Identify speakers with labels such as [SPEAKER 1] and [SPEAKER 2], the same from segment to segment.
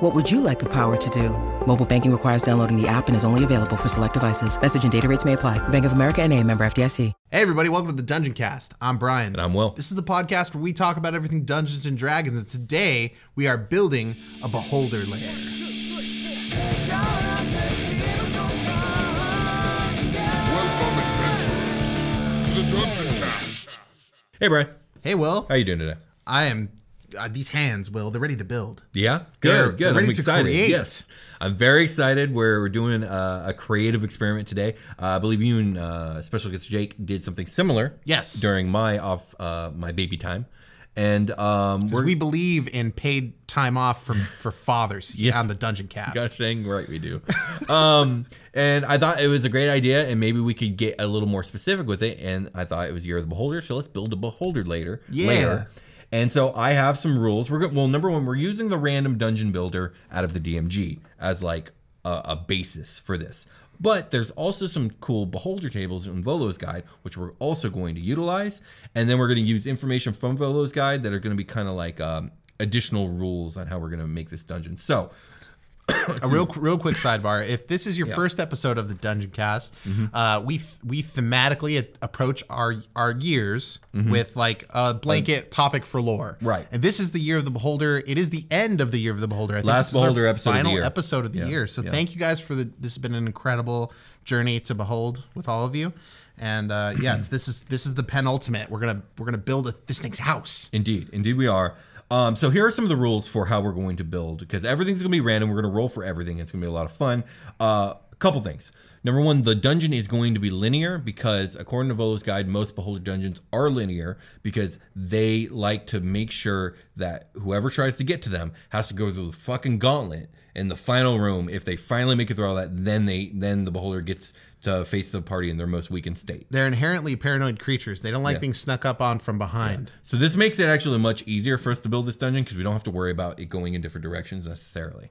[SPEAKER 1] What would you like the power to do? Mobile banking requires downloading the app and is only available for select devices. Message and data rates may apply. Bank of America and a member FDIC.
[SPEAKER 2] Hey everybody, welcome to the Dungeon Cast. I'm Brian.
[SPEAKER 3] And I'm Will.
[SPEAKER 2] This is the podcast where we talk about everything Dungeons and Dragons, and today we are building a beholder lair.
[SPEAKER 4] Welcome, adventurers, to the Dungeon Cast.
[SPEAKER 3] Hey, Brian.
[SPEAKER 2] Hey Will,
[SPEAKER 3] How you doing today?
[SPEAKER 2] I am uh, these hands, Will, they're ready to build.
[SPEAKER 3] Yeah,
[SPEAKER 2] They're-
[SPEAKER 3] good,
[SPEAKER 2] they're
[SPEAKER 3] good.
[SPEAKER 2] ready
[SPEAKER 3] I'm
[SPEAKER 2] to
[SPEAKER 3] excited.
[SPEAKER 2] create.
[SPEAKER 3] Yes, I'm very excited. We're we're doing a, a creative experiment today. Uh, I believe you and uh, special guest Jake did something similar.
[SPEAKER 2] Yes.
[SPEAKER 3] during my off uh, my baby time, and um,
[SPEAKER 2] 'Cause
[SPEAKER 3] we're
[SPEAKER 2] We believe in paid time off from for fathers
[SPEAKER 3] Yes.
[SPEAKER 2] on the Dungeon Cast.
[SPEAKER 3] gosh dang right we do. um, and I thought it was a great idea, and maybe we could get a little more specific with it. And I thought it was year of the beholder, so let's build a beholder later.
[SPEAKER 2] Yeah.
[SPEAKER 3] layer. And so I have some rules. We're going well. Number one, we're using the random dungeon builder out of the DMG as like a, a basis for this. But there's also some cool beholder tables in Volo's guide, which we're also going to utilize. And then we're going to use information from Volo's guide that are going to be kind of like um, additional rules on how we're going to make this dungeon. So
[SPEAKER 2] a real real quick sidebar. If this is your first episode of the Dungeon Cast,
[SPEAKER 3] Mm-hmm.
[SPEAKER 2] uh, we th- we thematically a- approach our our years with like a blanket topic for lore.
[SPEAKER 3] Mm-hmm. Right.
[SPEAKER 2] And this is the year of the beholder. It is the end of the year of the beholder. I think
[SPEAKER 3] Last
[SPEAKER 2] this is our
[SPEAKER 3] Beholder episode of the
[SPEAKER 2] final
[SPEAKER 3] year.
[SPEAKER 2] episode of the
[SPEAKER 3] Yeah,
[SPEAKER 2] year. So
[SPEAKER 3] yeah.
[SPEAKER 2] thank you guys for the. This has been an incredible journey to behold with all of you. And uh, yeah, it's, this is this is the penultimate. We're gonna we're gonna build a, this thing's house.
[SPEAKER 3] Indeed, indeed, we are. Um, so here are some of the rules for how we're going to build because everything's going to be random. We're going to roll for everything. It's going to be a lot of fun. Uh, a couple things. Number one, the dungeon is going to be linear because, according to Volo's guide, most beholder dungeons are linear because they like to make sure that whoever tries to get to them has to go through the fucking gauntlet in the final room. If they finally make it through all that, then they then the beholder gets to face the party in their most weakened state.
[SPEAKER 2] They're inherently paranoid creatures. They don't like being snuck up on from behind.
[SPEAKER 3] So this makes it actually much easier for us to build this dungeon because we don't have to worry about it going in different directions necessarily.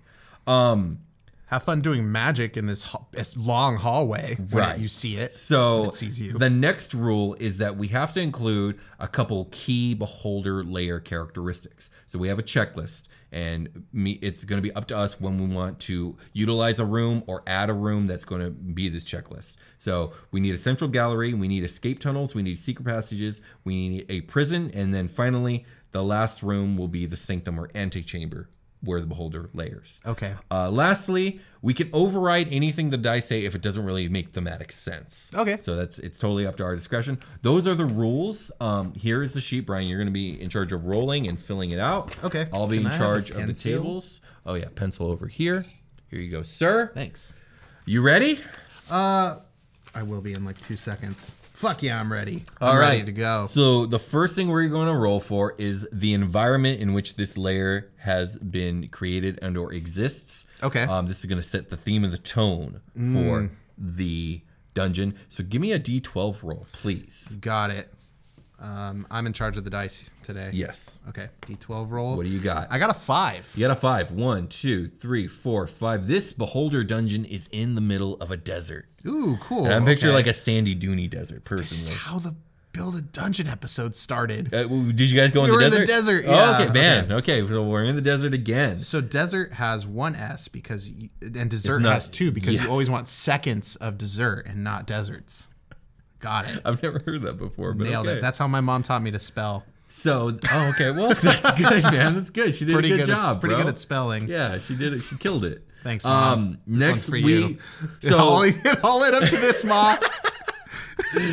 [SPEAKER 2] have fun doing magic in this, ho- this long hallway when
[SPEAKER 3] Right.
[SPEAKER 2] you see it.
[SPEAKER 3] So
[SPEAKER 2] it sees you.
[SPEAKER 3] the next rule is that we have to include a couple key beholder layer characteristics. So we have a checklist, and me, it's going to be up to us when we want to utilize a room or add a room that's going to be this checklist. So we need a central gallery, we need escape tunnels, we need secret passages, we need a prison, and then finally the last room will be the sanctum or antechamber where the beholder layers.
[SPEAKER 2] okay.
[SPEAKER 3] Uh, lastly, we can override anything the dice say if it doesn't really make thematic sense.
[SPEAKER 2] Okay.
[SPEAKER 3] So that's it's totally up to our discretion. Those are the rules. Um, here is the sheet, Brian. You're going to be in charge of rolling and filling it out.
[SPEAKER 2] Okay.
[SPEAKER 3] I'll be
[SPEAKER 2] Can I
[SPEAKER 3] in
[SPEAKER 2] have a
[SPEAKER 3] charge of the
[SPEAKER 2] pencil?
[SPEAKER 3] tables. Oh yeah, pencil over here. Here you go, sir.
[SPEAKER 2] Thanks.
[SPEAKER 3] You ready?
[SPEAKER 2] I will be in like two seconds. Fuck yeah, I'm ready.
[SPEAKER 3] All
[SPEAKER 2] I'm
[SPEAKER 3] right,
[SPEAKER 2] ready to go.
[SPEAKER 3] So the first thing we're going to roll for is the environment in which this layer has been created and/or exists.
[SPEAKER 2] Okay. Mm.
[SPEAKER 3] Um, this is going to set the theme and the tone for the dungeon. So give me a D12 roll, please.
[SPEAKER 2] Got it. Um, I'm in charge of the dice today.
[SPEAKER 3] Yes.
[SPEAKER 2] Okay. D12 roll.
[SPEAKER 3] What do you got?
[SPEAKER 2] I got a five.
[SPEAKER 3] You got a five. One, two, three, four, five. This beholder dungeon is in the middle of a desert.
[SPEAKER 2] Ooh, cool.
[SPEAKER 3] And I'm picturing
[SPEAKER 2] okay.
[SPEAKER 3] like a sandy duny desert, personally.
[SPEAKER 2] This is how the build a dungeon episode started.
[SPEAKER 3] Uh, w- did you guys go in
[SPEAKER 2] We
[SPEAKER 3] the
[SPEAKER 2] were in
[SPEAKER 3] desert?
[SPEAKER 2] the desert,
[SPEAKER 3] Oh,
[SPEAKER 2] yeah.
[SPEAKER 3] okay, man. Okay. so we're in the desert again.
[SPEAKER 2] So dessert has one S because y- and dessert
[SPEAKER 3] not-
[SPEAKER 2] has two because
[SPEAKER 3] yeah.
[SPEAKER 2] you always want seconds of dessert and not deserts. Got it.
[SPEAKER 3] I've never heard that before, but
[SPEAKER 2] Nailed
[SPEAKER 3] okay.
[SPEAKER 2] it. That's how my mom taught me to spell.
[SPEAKER 3] so. Oh, okay. Well, that's good, man. That's good. She did
[SPEAKER 2] Pretty
[SPEAKER 3] a good,
[SPEAKER 2] good,
[SPEAKER 3] job.
[SPEAKER 2] at, pretty
[SPEAKER 3] bro.
[SPEAKER 2] good at spelling.
[SPEAKER 3] Yeah, she did it. She killed it.
[SPEAKER 2] Thanks, Mom.
[SPEAKER 3] Um,
[SPEAKER 2] This
[SPEAKER 3] next
[SPEAKER 2] one's for
[SPEAKER 3] week,
[SPEAKER 2] you.
[SPEAKER 3] so
[SPEAKER 2] it all, it all led up to this, Ma.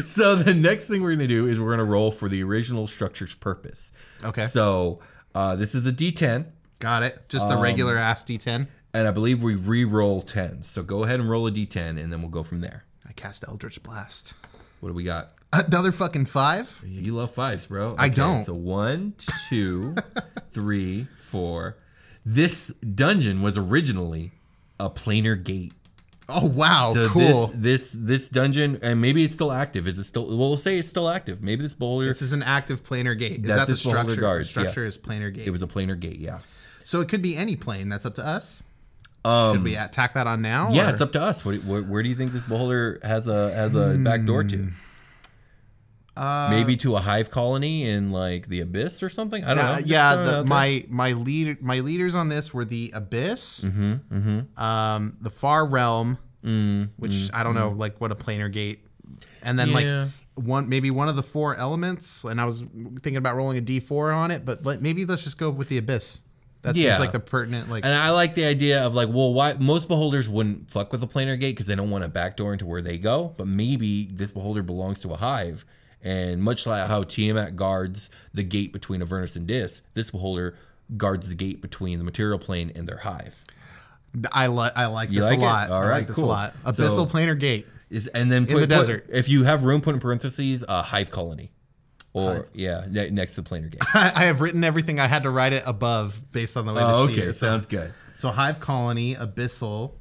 [SPEAKER 3] so the next thing we're gonna do is we're gonna roll for the original structure's purpose.
[SPEAKER 2] Okay.
[SPEAKER 3] So uh, this is a D10,
[SPEAKER 2] Got it. Just the regular
[SPEAKER 3] Um,
[SPEAKER 2] ass D10.
[SPEAKER 3] and I believe we re-roll 10s. So go ahead and roll a D10, and then we'll go from there.
[SPEAKER 2] I cast Eldritch Blast.
[SPEAKER 3] What do we got?
[SPEAKER 2] Another fucking five.
[SPEAKER 3] You love fives, bro.
[SPEAKER 2] I
[SPEAKER 3] Okay,
[SPEAKER 2] don't.
[SPEAKER 3] So one, two, three, four. This dungeon was originally a planar gate.
[SPEAKER 2] Oh wow,
[SPEAKER 3] So
[SPEAKER 2] cool. This,
[SPEAKER 3] this this this dungeon, and maybe it's still active. Is it still? Well, we'll say it's still active. Maybe this boulder.
[SPEAKER 2] is an active planar gate. Is
[SPEAKER 3] That
[SPEAKER 2] that, the
[SPEAKER 3] this will hold
[SPEAKER 2] structure?
[SPEAKER 3] regards,
[SPEAKER 2] the structure
[SPEAKER 3] yeah.
[SPEAKER 2] is planar gate.
[SPEAKER 3] it was a planar gate. Yeah.
[SPEAKER 2] so it could be any plane. That's up to us. Should we attack that on now?
[SPEAKER 3] Um, Yeah,
[SPEAKER 2] or-
[SPEAKER 3] it's up to us. What, do- where, where do you think this boulder has a has a
[SPEAKER 2] Hmm.
[SPEAKER 3] back door to?
[SPEAKER 2] Uh,
[SPEAKER 3] Maybe to a hive colony in like the abyss or something. I don't
[SPEAKER 2] Uh,
[SPEAKER 3] know.
[SPEAKER 2] yeah,
[SPEAKER 3] Just throwing it
[SPEAKER 2] the,
[SPEAKER 3] out
[SPEAKER 2] my my leader my leaders on this were the Abyss,
[SPEAKER 3] Mm-hmm,
[SPEAKER 2] Um, the Far Realm,
[SPEAKER 3] Mm,
[SPEAKER 2] which I don't know like what a planar gate, and then
[SPEAKER 3] Yeah.
[SPEAKER 2] like one maybe one of the four elements. And I was thinking about rolling a D four on it, but let, maybe let's just go with the Abyss. That
[SPEAKER 3] Yeah.
[SPEAKER 2] seems like the pertinent like.
[SPEAKER 3] And I like the idea of like, well, why most beholders wouldn't fuck with a planar gate because they don't want a backdoor into where they go. But maybe this beholder belongs to a hive, and much like how Tiamat guards the gate between Avernus and Dis, this beholder guards the gate between the material plane and their hive.
[SPEAKER 2] I like I like
[SPEAKER 3] You
[SPEAKER 2] this
[SPEAKER 3] like
[SPEAKER 2] a
[SPEAKER 3] it?
[SPEAKER 2] lot. I
[SPEAKER 3] All right,
[SPEAKER 2] like this
[SPEAKER 3] cool.
[SPEAKER 2] a lot.
[SPEAKER 3] So-
[SPEAKER 2] Abyssal planar gate.
[SPEAKER 3] Is and then put,
[SPEAKER 2] the
[SPEAKER 3] put-
[SPEAKER 2] desert.
[SPEAKER 3] if you have room, put in parentheses a hive colony, or yeah, ne- next to the planar gate.
[SPEAKER 2] I, I have written everything. I had to write it above based on the way
[SPEAKER 3] oh,
[SPEAKER 2] the sheet
[SPEAKER 3] okay,
[SPEAKER 2] is.
[SPEAKER 3] sounds good.
[SPEAKER 2] So hive colony, abyssal,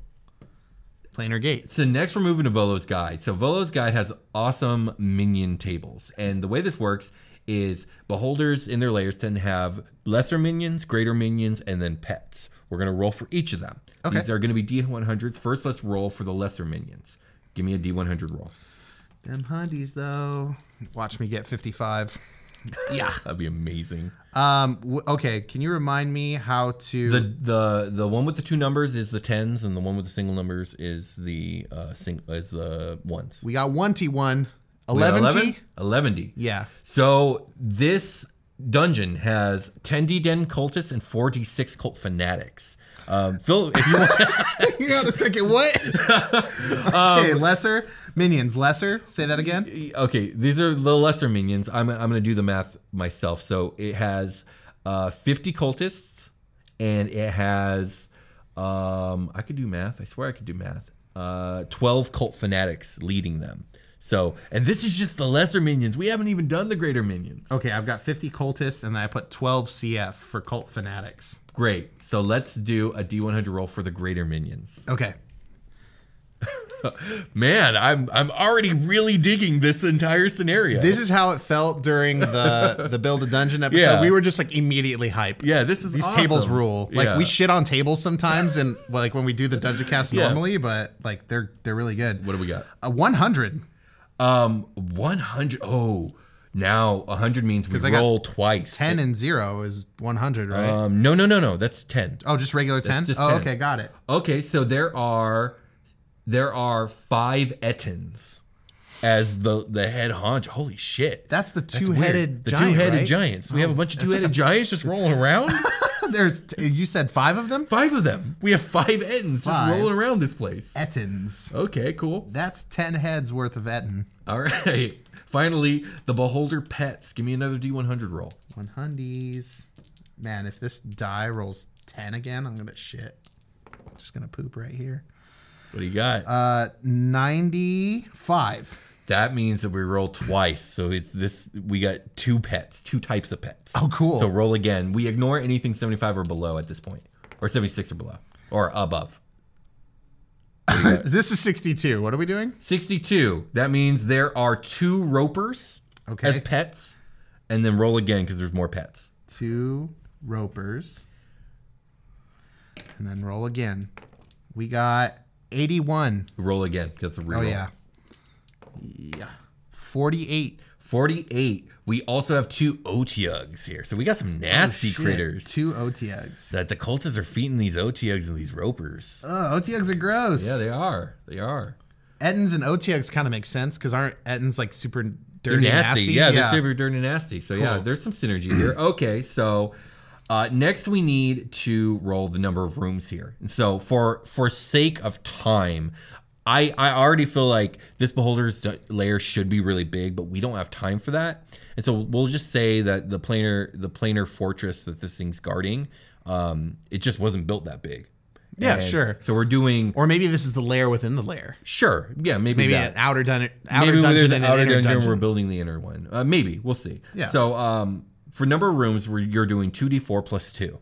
[SPEAKER 2] planar gates.
[SPEAKER 3] So next we're moving to Volo's Guide. So Volo's Guide has awesome minion tables. And the way this works is beholders in their layers tend to have lesser minions, greater minions, and then pets. We're going to roll for each of them.
[SPEAKER 2] Okay.
[SPEAKER 3] These are going to be D100s. First, let's roll for the lesser minions. Give me a D100 roll.
[SPEAKER 2] Them hundies though. Watch me get 55. Yeah.
[SPEAKER 3] That'd be amazing.
[SPEAKER 2] Um. W- okay. Can you remind me how to?
[SPEAKER 3] The the the one with the two numbers is the tens, and the one with the single numbers is the uh sing is the ones.
[SPEAKER 2] we got one T one.
[SPEAKER 3] We got
[SPEAKER 2] 11 T.
[SPEAKER 3] 11 D.
[SPEAKER 2] Yeah.
[SPEAKER 3] So this dungeon has 10 D10 cultists and 4D6 cult fanatics. Um, Phil, if you want,
[SPEAKER 2] you got a second. What?
[SPEAKER 3] Um,
[SPEAKER 2] okay. lesser minions. Lesser. Say that again.
[SPEAKER 3] okay, these are the lesser minions. I'm, I'm going to do the math myself. So it has uh, 50 cultists and it has, um, I could do math. I swear I could do math. Uh, 12 cult fanatics leading them. So, and this is just the lesser minions. We haven't even done the greater minions.
[SPEAKER 2] Okay. I've got 50 cultists, and then I put 12 CF for cult fanatics.
[SPEAKER 3] Great. So let's do a D100 roll for the greater minions.
[SPEAKER 2] Okay.
[SPEAKER 3] Man, I'm I'm already really digging this entire scenario.
[SPEAKER 2] This is how it felt during the the build a dungeon episode.
[SPEAKER 3] Yeah.
[SPEAKER 2] We were just like immediately hype.
[SPEAKER 3] yeah, this is
[SPEAKER 2] These
[SPEAKER 3] awesome.
[SPEAKER 2] tables rule. Like
[SPEAKER 3] Yeah.
[SPEAKER 2] we shit on tables sometimes, and like when we do the dungeon cast
[SPEAKER 3] Yeah.
[SPEAKER 2] normally, but like they're they're really good.
[SPEAKER 3] What do we got?
[SPEAKER 2] A one hundred.
[SPEAKER 3] Um, 100. Oh, now 100 means we
[SPEAKER 2] I got
[SPEAKER 3] roll twice.
[SPEAKER 2] Ten and zero is one hundred, right?
[SPEAKER 3] Um, no, no, no, no. That's 10.
[SPEAKER 2] oh, just regular ten.
[SPEAKER 3] just
[SPEAKER 2] oh,
[SPEAKER 3] 10.
[SPEAKER 2] okay, got it.
[SPEAKER 3] Okay, so there are there are five etons as the the head hunch. Holy shit.
[SPEAKER 2] That's the
[SPEAKER 3] That's weird.
[SPEAKER 2] two-headed
[SPEAKER 3] the
[SPEAKER 2] giant,
[SPEAKER 3] two-headed
[SPEAKER 2] right? Oh,
[SPEAKER 3] giants. We have a bunch of two-headed giants just rolling around.
[SPEAKER 2] There's t- you said five of them.
[SPEAKER 3] five of them. We have five etons just
[SPEAKER 2] Five.
[SPEAKER 3] rolling around this place.
[SPEAKER 2] Ettins.
[SPEAKER 3] Okay, cool.
[SPEAKER 2] That's ten heads worth of Etten.
[SPEAKER 3] All right. Finally, the beholder pets. Give me another D100 roll.
[SPEAKER 2] One hundies. Man, if this die rolls ten again, I'm gonna shit. Just gonna poop right here.
[SPEAKER 3] What do you got?
[SPEAKER 2] Uh, ninety-five.
[SPEAKER 3] that means that we roll twice. So it's this. We got two pets, two types of pets.
[SPEAKER 2] Oh, cool.
[SPEAKER 3] So roll again. We ignore anything 75 or below at this point, or 76 or below, or above.
[SPEAKER 2] this is 62. What are we doing?
[SPEAKER 3] 62. That means there are two ropers
[SPEAKER 2] Okay.
[SPEAKER 3] as pets, and then roll again because there's more pets.
[SPEAKER 2] Two ropers. And then roll again. We got 81.
[SPEAKER 3] Roll again because the
[SPEAKER 2] Oh,
[SPEAKER 3] reroll.
[SPEAKER 2] yeah. Yeah. 48.
[SPEAKER 3] 48. We also have two Otiugs here. So we got some nasty
[SPEAKER 2] Oh, Shit,
[SPEAKER 3] critters.
[SPEAKER 2] Two OTX.
[SPEAKER 3] That the cultists are feeding these Otiugs and these ropers.
[SPEAKER 2] Oh, OTX are gross.
[SPEAKER 3] Yeah, they are. They are.
[SPEAKER 2] Ettins and OTX kind of make sense because aren't Ettins like super dirty
[SPEAKER 3] They're
[SPEAKER 2] and
[SPEAKER 3] nasty.
[SPEAKER 2] nasty?
[SPEAKER 3] Yeah, they're super dirty and nasty. So yeah, there's some synergy here. Okay, so uh, next we need to roll the number of rooms here. And so for for sake of time, I I already feel like this beholder's d- layer should be really big, but we don't have time for that. And so we'll just say that the planar the planar fortress that this thing's guarding, um, it just wasn't built that big.
[SPEAKER 2] Yeah,
[SPEAKER 3] And
[SPEAKER 2] sure.
[SPEAKER 3] So we're doing
[SPEAKER 2] Or maybe this is the layer within the layer.
[SPEAKER 3] sure. Yeah, maybe
[SPEAKER 2] Maybe
[SPEAKER 3] that
[SPEAKER 2] an outer, dun- outer
[SPEAKER 3] maybe when
[SPEAKER 2] dungeon
[SPEAKER 3] there's
[SPEAKER 2] and
[SPEAKER 3] an
[SPEAKER 2] an
[SPEAKER 3] outer
[SPEAKER 2] inner
[SPEAKER 3] dungeon,
[SPEAKER 2] dungeon.
[SPEAKER 3] we're building the inner one. Uh, maybe we'll see.
[SPEAKER 2] Yeah.
[SPEAKER 3] So um, for number of rooms, we're, you're doing two d four plus two,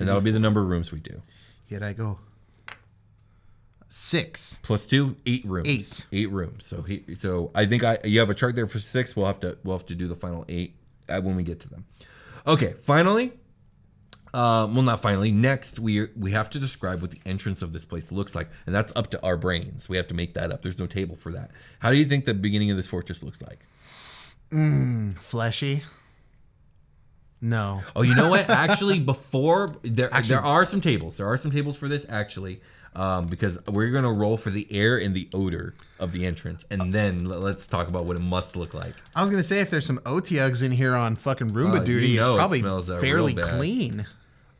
[SPEAKER 3] and that'll be the number of rooms we do.
[SPEAKER 2] Here I go. Six.
[SPEAKER 3] Plus two, eight rooms.
[SPEAKER 2] Eight.
[SPEAKER 3] Eight rooms. So he, so I think I you have a chart there for six. We'll have to we'll have to do the final eight uh, when we get to them. Okay. Finally. Uh, well, not finally. Next, we we have to describe what the entrance of this place looks like, and that's up to our brains. We have to make that up. There's no table for that. How do you think the beginning of this fortress looks like?
[SPEAKER 2] Fleshy. No.
[SPEAKER 3] Oh, you know what? Actually, before there there are some tables. There are some tables for this actually, um, because we're gonna roll for the air and the odor of the entrance, and then l- let's talk about what it must look like.
[SPEAKER 2] I was gonna say if there's some OTUGs in here on fucking Roomba
[SPEAKER 3] Uh, you
[SPEAKER 2] duty,
[SPEAKER 3] know it
[SPEAKER 2] it's probably
[SPEAKER 3] smells that
[SPEAKER 2] fairly
[SPEAKER 3] real bad.
[SPEAKER 2] clean.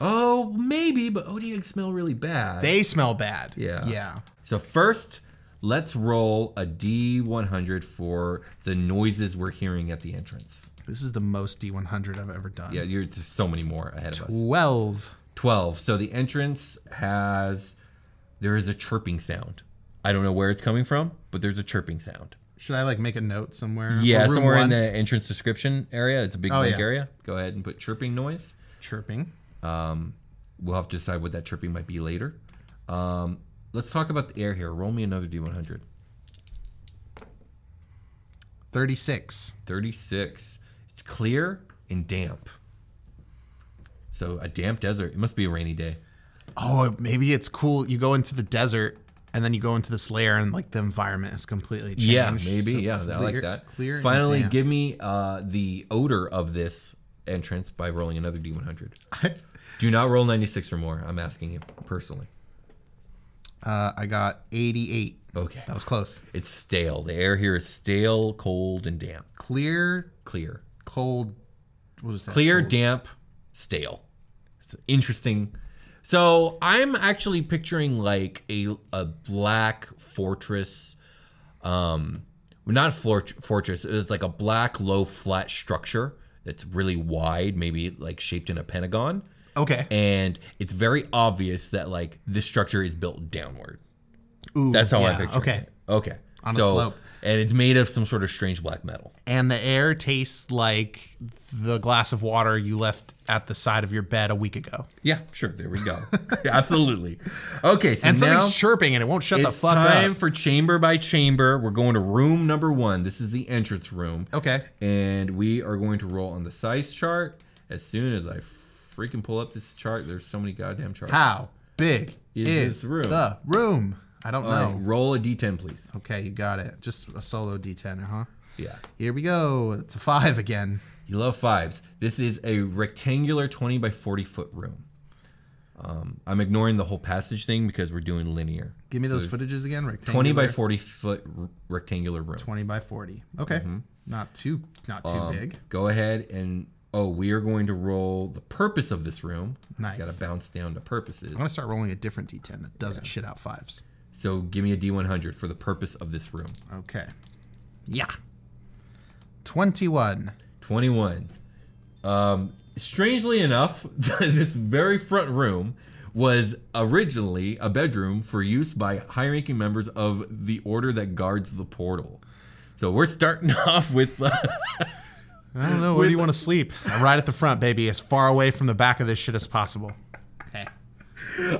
[SPEAKER 3] Oh, maybe, but ODX smell really bad.
[SPEAKER 2] They smell bad.
[SPEAKER 3] Yeah.
[SPEAKER 2] Yeah.
[SPEAKER 3] so first, let's roll a D100 for the noises we're hearing at the entrance.
[SPEAKER 2] This is the most D100 I've ever done.
[SPEAKER 3] Yeah, you're there's so many more ahead of us.
[SPEAKER 2] Twelve.
[SPEAKER 3] 12. So the entrance has there is a chirping sound. I don't know where it's coming from, but there's a chirping sound.
[SPEAKER 2] Should I like make a note somewhere? Or
[SPEAKER 3] Yeah,
[SPEAKER 2] room
[SPEAKER 3] somewhere in
[SPEAKER 2] one?
[SPEAKER 3] the entrance description area. It's a big
[SPEAKER 2] Oh,
[SPEAKER 3] blank
[SPEAKER 2] yeah.
[SPEAKER 3] area. Go ahead and put chirping noise.
[SPEAKER 2] chirping.
[SPEAKER 3] We'll have to decide what that chirping might be later. Um, let's talk about the air here. Roll me another D100.
[SPEAKER 2] Thirty-six.
[SPEAKER 3] 36. It's clear and damp. So a damp desert. It must be a rainy day.
[SPEAKER 2] Oh, maybe it's cool. You go into the desert and then you go into this layer and like the environment is completely changed.
[SPEAKER 3] Yeah, maybe.
[SPEAKER 2] So
[SPEAKER 3] yeah, I like
[SPEAKER 2] clear-
[SPEAKER 3] that.
[SPEAKER 2] Clear. and
[SPEAKER 3] Finally,
[SPEAKER 2] damp.
[SPEAKER 3] give me uh, the odor of this entrance by rolling another D100. Do not roll 96 or more. I'm asking you personally.
[SPEAKER 2] Uh, I got eighty-eight.
[SPEAKER 3] Okay.
[SPEAKER 2] That was close.
[SPEAKER 3] It's stale. The air here is stale, cold, and damp.
[SPEAKER 2] Clear,
[SPEAKER 3] Clear.
[SPEAKER 2] cold. What was that?
[SPEAKER 3] Clear, damp, stale. It's interesting. So I'm actually picturing like a a black fortress. Um, not fort- fortress. It's like a black, low, flat structure that's really wide, maybe like shaped in a pentagon.
[SPEAKER 2] Okay.
[SPEAKER 3] And it's very obvious that like this structure is built downward.
[SPEAKER 2] Ooh,
[SPEAKER 3] That's how I
[SPEAKER 2] yeah,
[SPEAKER 3] picture
[SPEAKER 2] Okay.
[SPEAKER 3] it. Okay.
[SPEAKER 2] On a
[SPEAKER 3] So-
[SPEAKER 2] slope.
[SPEAKER 3] And it's made of some sort of strange black metal.
[SPEAKER 2] and the air tastes like the glass of water you left at the side of your bed a week ago.
[SPEAKER 3] Yeah, sure. There we go. Yeah, absolutely. Okay, so
[SPEAKER 2] And
[SPEAKER 3] now
[SPEAKER 2] something's chirping and it won't shut the
[SPEAKER 3] it's
[SPEAKER 2] fuck
[SPEAKER 3] time
[SPEAKER 2] up.
[SPEAKER 3] for chamber by chamber. We're going to room number one. This is the entrance room.
[SPEAKER 2] Okay.
[SPEAKER 3] And we are going to roll on the size chart. As soon as I freaking pull up this chart, there's so many goddamn charts.
[SPEAKER 2] How big
[SPEAKER 3] Is
[SPEAKER 2] is,
[SPEAKER 3] this room?
[SPEAKER 2] the room? I don't
[SPEAKER 3] All right,
[SPEAKER 2] know.
[SPEAKER 3] roll a d10, please.
[SPEAKER 2] Okay, you got it. Just a solo D10, huh?
[SPEAKER 3] Yeah.
[SPEAKER 2] Here we go. It's a five again.
[SPEAKER 3] You love fives. This is a rectangular 20 by 40 foot room. Um, I'm ignoring the whole passage thing because we're doing linear.
[SPEAKER 2] Give me those footages again. Rectangular.
[SPEAKER 3] 20 by 40 foot r- rectangular room.
[SPEAKER 2] Twenty by forty. Okay.
[SPEAKER 3] Mm-hmm.
[SPEAKER 2] Not too. Not too big.
[SPEAKER 3] Um, Go ahead and oh, we are going to roll the purpose of this room.
[SPEAKER 2] Nice.
[SPEAKER 3] Got to bounce down to purposes.
[SPEAKER 2] I'm gonna start rolling a different D10 that doesn't shit out fives.
[SPEAKER 3] So give me a D100 for the purpose of this room.
[SPEAKER 2] Okay. Yeah. Twenty-one.
[SPEAKER 3] 21. Um, strangely enough, this very front room was originally a bedroom for use by high-ranking members of the order that guards the portal. So we're starting off with uh,
[SPEAKER 2] I don't know. Where do you want to sleep? right at the front, baby. As far away from the back of this shit as possible. Okay.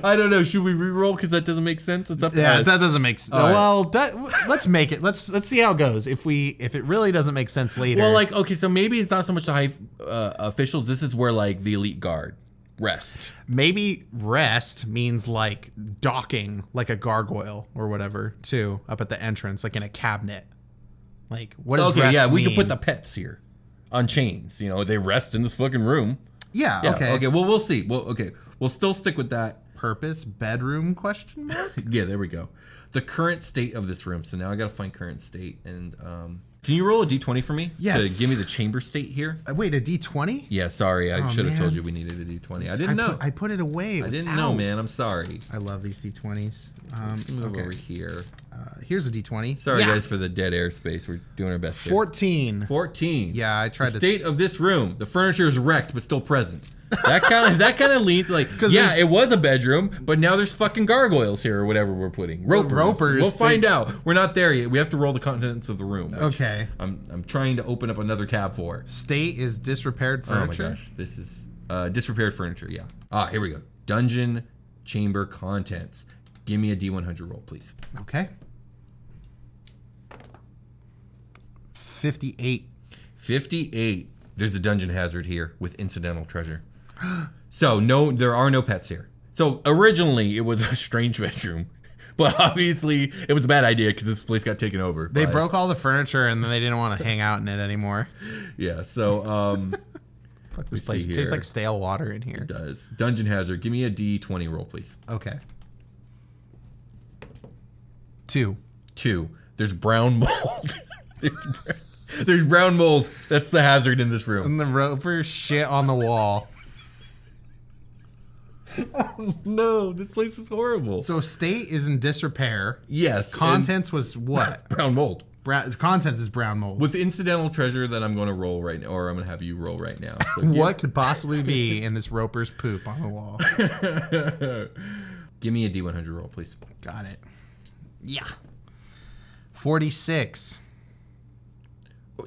[SPEAKER 3] I don't know, should we re-roll cuz that doesn't make sense? It's up to
[SPEAKER 2] Yeah,
[SPEAKER 3] us.
[SPEAKER 2] that doesn't make sense.
[SPEAKER 3] right.
[SPEAKER 2] Well, that, w- let's make it. Let's let's see how it goes. If we if it really doesn't make sense later.
[SPEAKER 3] Well, like okay, so maybe it's not so much the high uh, officials. This is where like the elite guard rest.
[SPEAKER 2] maybe rest means like docking, like a gargoyle or whatever, too, up at the entrance, like in a cabinet, Like, what does
[SPEAKER 3] okay,
[SPEAKER 2] rest
[SPEAKER 3] yeah, we
[SPEAKER 2] mean?
[SPEAKER 3] could put the pets here on chains. You know, they rest in this fucking room.
[SPEAKER 2] yeah,
[SPEAKER 3] Yeah.
[SPEAKER 2] okay.
[SPEAKER 3] Okay. Well, we'll see. Well, okay. We'll still stick with that.
[SPEAKER 2] Purpose bedroom question mark?
[SPEAKER 3] Yeah. There we go. The current state of this room. So now I gotta find current state. And um, can you roll a d20 for me?
[SPEAKER 2] Yes.
[SPEAKER 3] To give me the chamber state here.
[SPEAKER 2] Uh, Wait, a D twenty?
[SPEAKER 3] Yeah. Sorry, I should have
[SPEAKER 2] Oh, man.
[SPEAKER 3] told you we needed a d20. I didn't know.
[SPEAKER 2] Put, I put it away. It
[SPEAKER 3] I
[SPEAKER 2] was
[SPEAKER 3] didn't
[SPEAKER 2] out.
[SPEAKER 3] know, man. I'm sorry.
[SPEAKER 2] I love these D twenties. Um,
[SPEAKER 3] Move
[SPEAKER 2] okay,
[SPEAKER 3] over here.
[SPEAKER 2] uh, here's a D twenty.
[SPEAKER 3] Sorry, guys, for the dead air space. We're doing our best. here.
[SPEAKER 2] Fourteen.
[SPEAKER 3] 14.
[SPEAKER 2] Yeah, I tried
[SPEAKER 3] the
[SPEAKER 2] to-
[SPEAKER 3] state of this room. The furniture is wrecked but still present. That kind of that kind of leads like
[SPEAKER 2] 'Cause
[SPEAKER 3] yeah,
[SPEAKER 2] there's-
[SPEAKER 3] it was a bedroom, but now there's fucking gargoyles here or whatever we're putting. Ropers.
[SPEAKER 2] ropers
[SPEAKER 3] We'll
[SPEAKER 2] thing-
[SPEAKER 3] find out. We're not there yet. We have to roll the contents of the room. which
[SPEAKER 2] Okay.
[SPEAKER 3] I'm I'm trying to open up another tab for.
[SPEAKER 2] State is disrepaired
[SPEAKER 3] Oh my
[SPEAKER 2] furniture.
[SPEAKER 3] gosh, this is uh, disrepaired furniture. Yeah. Ah, here we go. Dungeon chamber contents. Give me a D100 roll, please.
[SPEAKER 2] Okay. Fifty-eight.
[SPEAKER 3] 58. There's a dungeon hazard here with incidental treasure. so no, there are no pets here. So originally it was a strange bedroom, but obviously it was a bad idea because this place got taken over.
[SPEAKER 2] They
[SPEAKER 3] by-
[SPEAKER 2] broke all the furniture and then they didn't want to hang out in it anymore.
[SPEAKER 3] Yeah. So um,
[SPEAKER 2] Fuck, this
[SPEAKER 3] see
[SPEAKER 2] place
[SPEAKER 3] here.
[SPEAKER 2] tastes like stale water in here.
[SPEAKER 3] does dungeon hazard? Give me a D20 roll, please.
[SPEAKER 2] Okay. Two.
[SPEAKER 3] Two. There's brown mold. there's, brown, there's brown mold. That's the hazard in this room.
[SPEAKER 2] And the roper shit on the wall.
[SPEAKER 3] No, this place is horrible.
[SPEAKER 2] So state is in disrepair.
[SPEAKER 3] yes, and
[SPEAKER 2] Contents was what?
[SPEAKER 3] brown mold.
[SPEAKER 2] Brown, contents is brown mold.
[SPEAKER 3] with incidental treasure that I'm going to roll right now, or I'm going to have you roll right now. So
[SPEAKER 2] what could possibly be in this roper's poop on the wall?
[SPEAKER 3] Give me a D100 roll, please.
[SPEAKER 2] Got it. Yeah. Forty-six.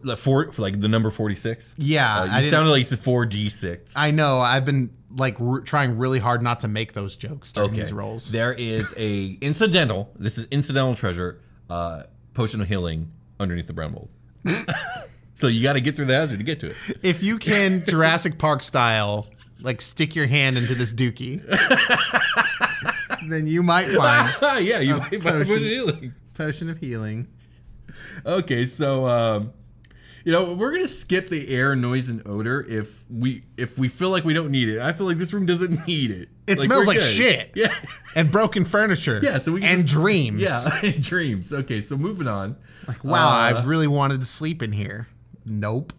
[SPEAKER 3] Like, Four, like the number 46.
[SPEAKER 2] Yeah,
[SPEAKER 3] Uh,
[SPEAKER 2] I
[SPEAKER 3] you
[SPEAKER 2] didn't-
[SPEAKER 3] sounded like you said 4D6.
[SPEAKER 2] I know. I've been like r- trying really hard not to make those jokes during these rolls.
[SPEAKER 3] There is a incidental. This is incidental treasure. Uh, potion of healing underneath the brown mold. so you got to get through the hazard to get to it.
[SPEAKER 2] If you can Jurassic Park style, like stick your hand into this dookie, then you might find
[SPEAKER 3] yeah, you might find
[SPEAKER 2] Oh,
[SPEAKER 3] a potion of
[SPEAKER 2] potion.
[SPEAKER 3] healing.
[SPEAKER 2] potion of healing.
[SPEAKER 3] Okay, so um, you know we're gonna skip the air, noise, and odor if we if we feel like we don't need it. I feel like this room doesn't need it.
[SPEAKER 2] It smells
[SPEAKER 3] we're
[SPEAKER 2] like shit.
[SPEAKER 3] Yeah,
[SPEAKER 2] and broken furniture.
[SPEAKER 3] Yeah, so we can
[SPEAKER 2] and
[SPEAKER 3] just-
[SPEAKER 2] dreams.
[SPEAKER 3] yeah. Uh, dreams. Okay, so moving on.
[SPEAKER 2] Wow, I really wanted to sleep in here. Nope.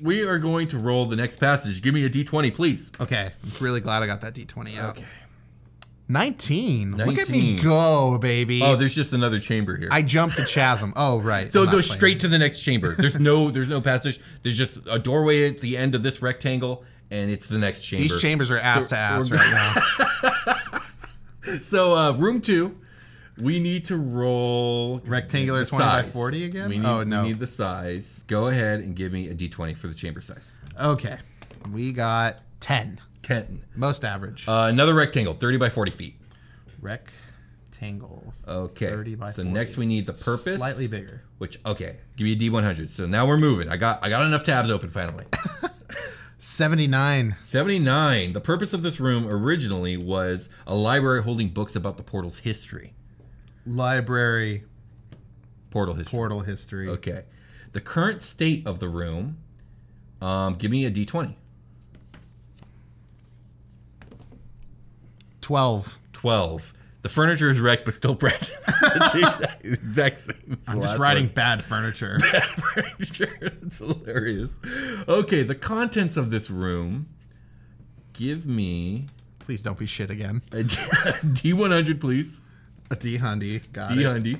[SPEAKER 3] We are going to roll the next passage. Give me a d20, please.
[SPEAKER 2] Okay, I'm really glad I got that D20 out. Okay. 19. Look at me
[SPEAKER 3] 19.
[SPEAKER 2] go, baby.
[SPEAKER 3] Oh, there's just another chamber here.
[SPEAKER 2] I jumped the chasm. Oh, right.
[SPEAKER 3] so
[SPEAKER 2] I'm
[SPEAKER 3] it
[SPEAKER 2] not
[SPEAKER 3] goes
[SPEAKER 2] playing.
[SPEAKER 3] straight to the next chamber. There's no there's no passage. There's just a doorway at the end of this rectangle, and it's the next chamber.
[SPEAKER 2] These chambers are ass to ass right now.
[SPEAKER 3] so uh, room two, we need to roll
[SPEAKER 2] Rectangular
[SPEAKER 3] the
[SPEAKER 2] 20 by
[SPEAKER 3] size.
[SPEAKER 2] 40 again?
[SPEAKER 3] We need,
[SPEAKER 2] Oh, no.
[SPEAKER 3] We need the size. Go ahead and give me a d20 for the chamber size.
[SPEAKER 2] Okay. We got 10.
[SPEAKER 3] Kenton.
[SPEAKER 2] Most average.
[SPEAKER 3] Uh, another rectangle, 30 by 40 feet.
[SPEAKER 2] Rectangle.
[SPEAKER 3] Okay.
[SPEAKER 2] 30 by
[SPEAKER 3] so
[SPEAKER 2] 40.
[SPEAKER 3] next we need the purpose.
[SPEAKER 2] Slightly bigger.
[SPEAKER 3] Which okay, give me a D100. So now we're moving. I got I got enough tabs open finally.
[SPEAKER 2] 79.
[SPEAKER 3] 79. The purpose of this room originally was a library holding books about the portal's history.
[SPEAKER 2] Library.
[SPEAKER 3] Portal history.
[SPEAKER 2] Portal history.
[SPEAKER 3] Okay. The current state of the room. Um, give me a D20.
[SPEAKER 2] 12.
[SPEAKER 3] 12. The furniture is wrecked but still present. exact same.
[SPEAKER 2] I'm just writing bad furniture.
[SPEAKER 3] it's hilarious. Okay, the contents of this room. Give me
[SPEAKER 2] Please don't be shit again.
[SPEAKER 3] a D- D100, please.
[SPEAKER 2] A D hundy. Got it.
[SPEAKER 3] D100.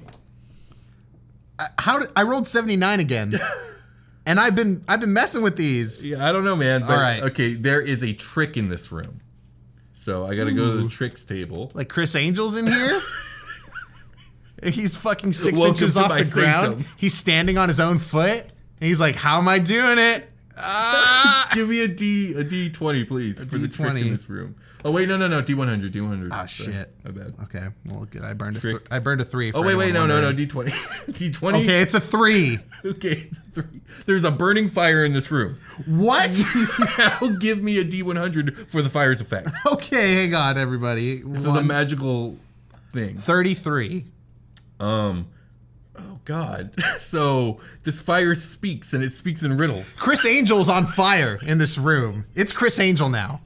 [SPEAKER 2] How did I rolled 79 again? and I've been I've been messing with these.
[SPEAKER 3] Yeah, I don't know, man. But,
[SPEAKER 2] All right.
[SPEAKER 3] Okay, there is a trick in this room. So I got to go to the tricks table.
[SPEAKER 2] Like Chris Angel's in here. he's fucking six
[SPEAKER 3] Welcome
[SPEAKER 2] inches
[SPEAKER 3] to
[SPEAKER 2] off
[SPEAKER 3] my
[SPEAKER 2] the ground.
[SPEAKER 3] sanctum.
[SPEAKER 2] He's standing on his own foot, and he's like, "How am I doing it?" Ah!
[SPEAKER 3] Give me a D, a D20, please, for the trick in
[SPEAKER 2] D20.
[SPEAKER 3] this room. Oh wait, no, no, no, D100, D100.
[SPEAKER 2] Ah,
[SPEAKER 3] Sorry,
[SPEAKER 2] shit.
[SPEAKER 3] My bad.
[SPEAKER 2] okay, well, good. I burned a
[SPEAKER 3] Trick.
[SPEAKER 2] thr- I burned a three.
[SPEAKER 3] Oh
[SPEAKER 2] for
[SPEAKER 3] wait, wait, no,
[SPEAKER 2] anyone
[SPEAKER 3] no, no,
[SPEAKER 2] wondering.
[SPEAKER 3] D20, D20.
[SPEAKER 2] Okay, it's a three.
[SPEAKER 3] Okay, it's a three. There's a burning fire in this room.
[SPEAKER 2] What?
[SPEAKER 3] now give me a D100 for the fire's effect.
[SPEAKER 2] okay, hang on, everybody.
[SPEAKER 3] This is a magical thing.
[SPEAKER 2] Thirty-three.
[SPEAKER 3] Um, oh God. So this fire speaks and it speaks in riddles.
[SPEAKER 2] Chris Angel's on fire in this room. It's Chris Angel now.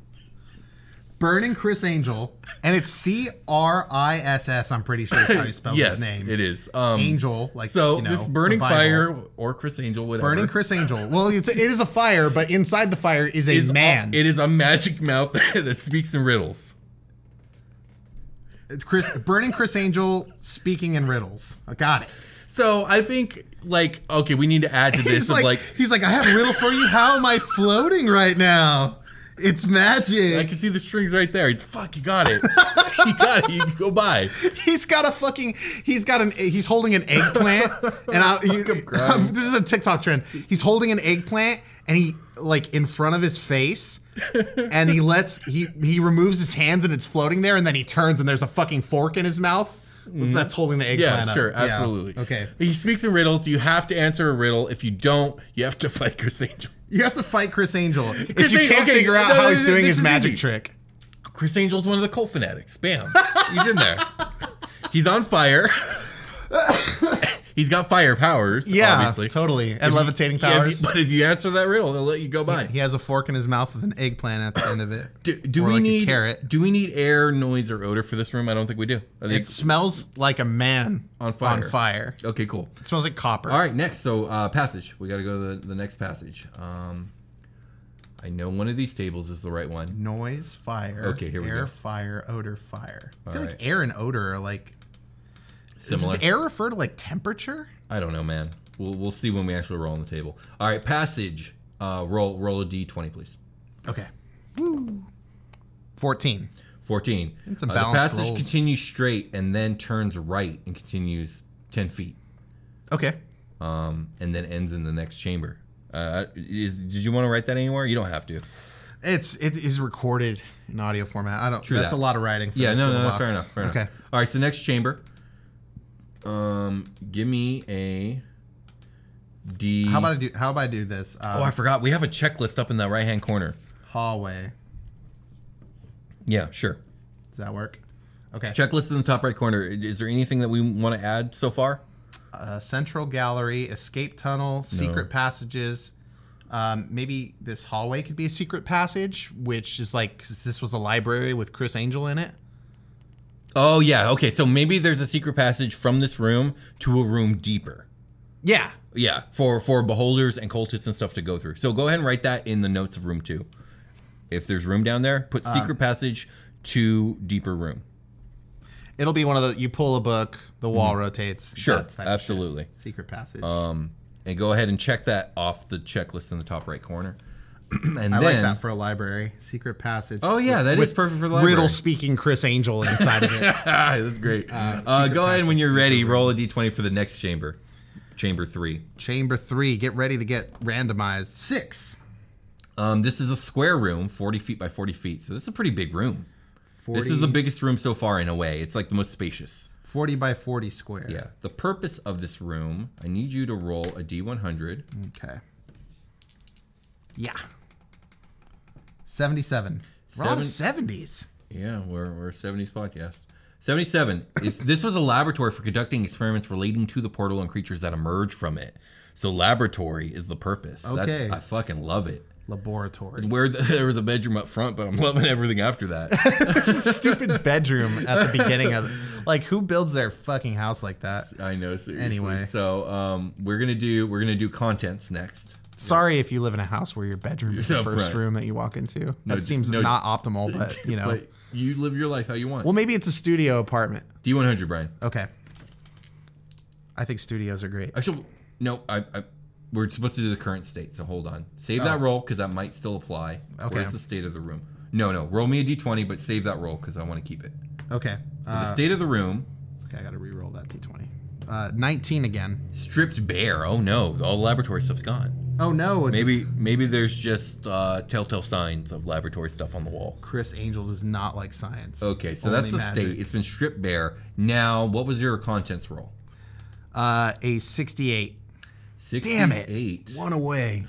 [SPEAKER 2] Burning Chris Angel, and it's C R I S S. I'm pretty sure is how you spell
[SPEAKER 3] yes,
[SPEAKER 2] his name.
[SPEAKER 3] it is. Um,
[SPEAKER 2] Angel, like
[SPEAKER 3] So
[SPEAKER 2] you know,
[SPEAKER 3] this
[SPEAKER 2] the
[SPEAKER 3] burning
[SPEAKER 2] Bible.
[SPEAKER 3] fire or Chris Angel, whatever.
[SPEAKER 2] burning Chris Angel. Well, it's it is a fire, but inside the fire is a
[SPEAKER 3] is a-
[SPEAKER 2] man.
[SPEAKER 3] it is a magic mouth that speaks in riddles.
[SPEAKER 2] It's Chris burning Chris Angel speaking in riddles. I got it.
[SPEAKER 3] So I think like okay, we need to add to this
[SPEAKER 2] He's
[SPEAKER 3] of
[SPEAKER 2] like,
[SPEAKER 3] like,
[SPEAKER 2] he's like, I have a riddle for you. How am I floating right now? It's
[SPEAKER 3] I
[SPEAKER 2] magic.
[SPEAKER 3] can see the strings right there. It's fuck, you got it. you got it. You can go by.
[SPEAKER 2] He's got a fucking. He's got an. He's holding an eggplant, and I, you,
[SPEAKER 3] crying.
[SPEAKER 2] this is a TikTok trend. He's holding an eggplant, and he like in front of his face, and he lets he he removes his hands, and it's floating there, and then he turns, and there's a fucking fork in his mouth that's holding the
[SPEAKER 3] Mm-hmm. Yeah,
[SPEAKER 2] eggplant. up.
[SPEAKER 3] sure, absolutely.
[SPEAKER 2] Okay.
[SPEAKER 3] He speaks in riddles. You have to answer a riddle. If you don't, you have to fight Chris Angel.
[SPEAKER 2] You have to fight Chris Angel if
[SPEAKER 3] Chris
[SPEAKER 2] you
[SPEAKER 3] Angel-
[SPEAKER 2] can't
[SPEAKER 3] okay,
[SPEAKER 2] figure out
[SPEAKER 3] no,
[SPEAKER 2] how
[SPEAKER 3] no,
[SPEAKER 2] he's
[SPEAKER 3] this-
[SPEAKER 2] doing
[SPEAKER 3] this
[SPEAKER 2] his
[SPEAKER 3] is
[SPEAKER 2] magic
[SPEAKER 3] easy.
[SPEAKER 2] trick.
[SPEAKER 3] Chris Angel's one of the cult fanatics. Bam. He's in there. He's on fire. He's got fire powers,
[SPEAKER 2] Yeah,
[SPEAKER 3] obviously.
[SPEAKER 2] totally. And levitating
[SPEAKER 3] Yeah, if you-
[SPEAKER 2] powers.
[SPEAKER 3] but if you answer that riddle, they'll let you go by.
[SPEAKER 2] He has a fork in his mouth with an eggplant at the end of it.
[SPEAKER 3] Do, do
[SPEAKER 2] Or
[SPEAKER 3] we
[SPEAKER 2] like a
[SPEAKER 3] need
[SPEAKER 2] carrot.
[SPEAKER 3] Do we need air, noise, or odor for this room? I don't think we do. I think
[SPEAKER 2] It smells like a man
[SPEAKER 3] On fire.
[SPEAKER 2] On fire.
[SPEAKER 3] okay, cool.
[SPEAKER 2] It smells like copper.
[SPEAKER 3] All right, next. So uh, passage. We got to go to the, the next passage. Um, I know one of these tables is the right one.
[SPEAKER 2] Noise, fire.
[SPEAKER 3] Okay, here we
[SPEAKER 2] air,
[SPEAKER 3] go.
[SPEAKER 2] fire, odor, fire. I feel
[SPEAKER 3] All
[SPEAKER 2] like
[SPEAKER 3] right.
[SPEAKER 2] air and odor are like.
[SPEAKER 3] Similar.
[SPEAKER 2] Does air refer to like temperature?
[SPEAKER 3] I don't know, man. We'll we'll see when we actually roll on the table. All right, passage. Uh, roll roll a d twenty, please.
[SPEAKER 2] Okay. Woo. 14.
[SPEAKER 3] 14.
[SPEAKER 2] It's a
[SPEAKER 3] Uh,
[SPEAKER 2] balanced
[SPEAKER 3] The passage
[SPEAKER 2] rolls.
[SPEAKER 3] continues straight and then turns right and continues 10 feet
[SPEAKER 2] Okay.
[SPEAKER 3] um, and then ends in the next chamber. Uh, is, did you want to write that anywhere? You don't have to.
[SPEAKER 2] It's it is recorded in audio format. I don't.
[SPEAKER 3] True
[SPEAKER 2] that's
[SPEAKER 3] that.
[SPEAKER 2] a lot of writing. For
[SPEAKER 3] Yeah,
[SPEAKER 2] this
[SPEAKER 3] no, no,
[SPEAKER 2] little
[SPEAKER 3] no, fair
[SPEAKER 2] box.
[SPEAKER 3] enough. Fair
[SPEAKER 2] okay.
[SPEAKER 3] enough. All right, so next chamber. Um, give me a D.
[SPEAKER 2] How about I do? How about I do this? Uh,
[SPEAKER 3] Oh, I forgot. We have a checklist up in the right hand corner.
[SPEAKER 2] hallway.
[SPEAKER 3] Yeah, sure.
[SPEAKER 2] Does that work? Okay.
[SPEAKER 3] Checklist in the top right corner. Is there anything that we want to add so far?
[SPEAKER 2] uh, central gallery, escape tunnel, secret passages. Um, maybe this hallway could be a secret passage, which is like 'cause this was a library with Chris Angel in it.
[SPEAKER 3] Oh yeah, okay. So maybe there's a secret passage from this room to a room deeper.
[SPEAKER 2] Yeah,
[SPEAKER 3] Yeah, for for beholders and cultists and stuff to go through. So go ahead and write that in the notes of room two. If there's room down there,
[SPEAKER 2] Uh,
[SPEAKER 3] put secret passage to deeper room.
[SPEAKER 2] it'll be one of the you pull a book, the wall rotates.
[SPEAKER 3] Sure,
[SPEAKER 2] that type of
[SPEAKER 3] absolutely.
[SPEAKER 2] shit. Secret passage.
[SPEAKER 3] And go ahead and check that off the checklist in the top right corner. and then
[SPEAKER 2] I like that for a library. Secret passage.
[SPEAKER 3] Oh, yeah, that
[SPEAKER 2] that
[SPEAKER 3] is
[SPEAKER 2] is
[SPEAKER 3] perfect for the library.
[SPEAKER 2] riddle speaking Chris Angel inside of it.
[SPEAKER 3] ah, that's great. Uh,
[SPEAKER 2] secret
[SPEAKER 3] go ahead and when
[SPEAKER 2] passage
[SPEAKER 3] you're
[SPEAKER 2] to
[SPEAKER 3] ready.
[SPEAKER 2] deeper
[SPEAKER 3] Roll a d20 for the next chamber, chamber three.
[SPEAKER 2] Chamber three. Get ready to get randomized. Six.
[SPEAKER 3] Um, this is a square room, 40 feet by 40 feet. So this is a pretty big room.
[SPEAKER 2] 40,
[SPEAKER 3] This is the biggest room so far in a way. It's like the most spacious.
[SPEAKER 2] 40 by 40 square.
[SPEAKER 3] Yeah. The purpose of this room, I need you to roll a d100.
[SPEAKER 2] Okay. Yeah. 77. We're on the 70s.
[SPEAKER 3] Yeah, we're, we're a 70s podcast. 77. is, this was a laboratory for conducting experiments relating to the portal and creatures that emerge from it. So laboratory is the purpose.
[SPEAKER 2] Okay.
[SPEAKER 3] That's, I fucking love it.
[SPEAKER 2] Laboratory.
[SPEAKER 3] It's weird that there was a bedroom up front, but I'm loving everything after that.
[SPEAKER 2] Stupid bedroom at the beginning of Like, who builds their fucking house like that?
[SPEAKER 3] I know. Seriously.
[SPEAKER 2] Anyway.
[SPEAKER 3] so um, we're gonna do we're gonna do contents next.
[SPEAKER 2] Sorry if you live in a house where your bedroom is
[SPEAKER 3] You're
[SPEAKER 2] the
[SPEAKER 3] up
[SPEAKER 2] first
[SPEAKER 3] front.
[SPEAKER 2] room that you walk into. That
[SPEAKER 3] d-
[SPEAKER 2] seems
[SPEAKER 3] no-
[SPEAKER 2] not optimal, but you know.
[SPEAKER 3] But you live your life how you
[SPEAKER 2] Oh.
[SPEAKER 3] want.
[SPEAKER 2] well, maybe it's a studio apartment.
[SPEAKER 3] D100, Brian.
[SPEAKER 2] Okay. I think studios are great.
[SPEAKER 3] Actually, no, I, I we're supposed to do the current state, so hold on. Save that roll because that might still apply.
[SPEAKER 2] Oh. Okay.
[SPEAKER 3] Where's the state of the room? No, no. Roll me a d20, but save that roll because I want to keep it.
[SPEAKER 2] Okay.
[SPEAKER 3] So
[SPEAKER 2] Uh,
[SPEAKER 3] the state of the room,
[SPEAKER 2] okay, I got to re-roll that d20. Uh, 19 again.
[SPEAKER 3] stripped bare. Oh no, all the laboratory stuff's gone.
[SPEAKER 2] Oh no, it's
[SPEAKER 3] Maybe maybe there's just uh, telltale signs of laboratory stuff on the walls.
[SPEAKER 2] Chris Angel does not like science.
[SPEAKER 3] Okay, so that's the
[SPEAKER 2] Only magic.
[SPEAKER 3] state. It's been stripped bare. Now, what was your contents roll?
[SPEAKER 2] Uh, a 68.
[SPEAKER 3] 68.
[SPEAKER 2] Damn it. One away.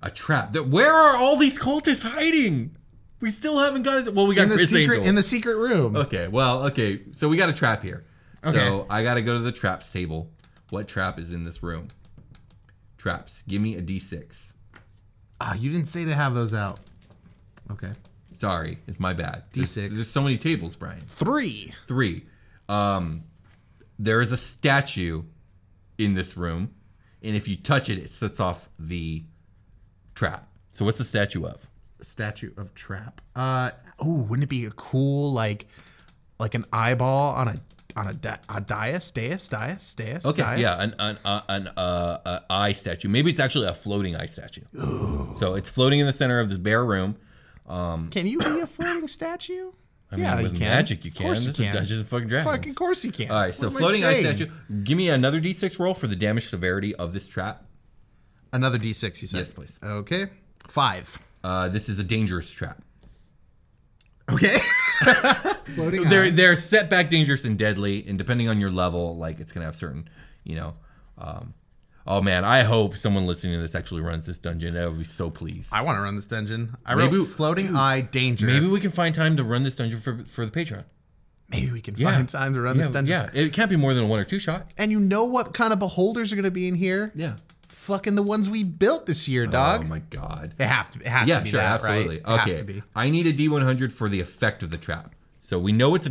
[SPEAKER 3] A trap. Th- Where are all these cultists hiding? We still haven't got it. Well, we got
[SPEAKER 2] In the,
[SPEAKER 3] Chris
[SPEAKER 2] secret,
[SPEAKER 3] Angel.
[SPEAKER 2] in the secret room.
[SPEAKER 3] Okay, well, okay. So we got a trap here.
[SPEAKER 2] Okay.
[SPEAKER 3] So I got to go to the traps table. What trap is in this room? Traps. Give me a d6.
[SPEAKER 2] Ah, you didn't say to have those out. Okay.
[SPEAKER 3] Sorry, it's my bad. There's-
[SPEAKER 2] D6.
[SPEAKER 3] There's, so many tables, Brian.
[SPEAKER 2] Three.
[SPEAKER 3] Three. Um, there is a statue in this room, and if you touch it, it sets off the trap. So what's the statue of?
[SPEAKER 2] Statue of Trap. Uh, ooh, wouldn't it be a cool like, like an eyeball on a on a, di- a dais, dais, dais, dais?
[SPEAKER 3] Okay,
[SPEAKER 2] dais?
[SPEAKER 3] yeah, an an, uh, an uh, uh, eye statue. Maybe it's actually a floating eye statue. So it's floating in the center of this bare room.
[SPEAKER 2] Can you be a floating statue?
[SPEAKER 3] I mean, with magic you
[SPEAKER 2] Of
[SPEAKER 3] can.
[SPEAKER 2] course
[SPEAKER 3] This is Dungeons and Fucking Dragons.
[SPEAKER 2] Fucking course you can.
[SPEAKER 3] All right, so
[SPEAKER 2] What am I
[SPEAKER 3] floating eye
[SPEAKER 2] saying?
[SPEAKER 3] statue. Give me another d6 roll for the damage severity of this trap.
[SPEAKER 2] Another D6, you said.
[SPEAKER 3] Yes, please.
[SPEAKER 2] Okay. Five.
[SPEAKER 3] Uh, this is a dangerous trap.
[SPEAKER 2] Okay. floating
[SPEAKER 3] They're they're setback dangerous and deadly, and depending on your level, like it's gonna have certain, you know. Um, oh man, I hope someone listening to this actually runs this dungeon. I would be so pleased.
[SPEAKER 2] I want to run this dungeon. I
[SPEAKER 3] Maybe-
[SPEAKER 2] wrote floating eye danger.
[SPEAKER 3] Maybe we can find time to run this dungeon for for the Patreon.
[SPEAKER 2] Maybe we can find time to run
[SPEAKER 3] yeah,
[SPEAKER 2] this dungeon.
[SPEAKER 3] Yeah, it can't be more than a one or two shot.
[SPEAKER 2] And you know what kind of beholders are going to be in here?
[SPEAKER 3] Yeah.
[SPEAKER 2] Fucking the ones we built this year, dog.
[SPEAKER 3] Oh my god.
[SPEAKER 2] It have to. It has
[SPEAKER 3] Yeah,
[SPEAKER 2] to be
[SPEAKER 3] sure,
[SPEAKER 2] that, right?
[SPEAKER 3] absolutely.
[SPEAKER 2] It
[SPEAKER 3] Okay.
[SPEAKER 2] has to be.
[SPEAKER 3] I need a D100 for the effect of the trap. So we know it's a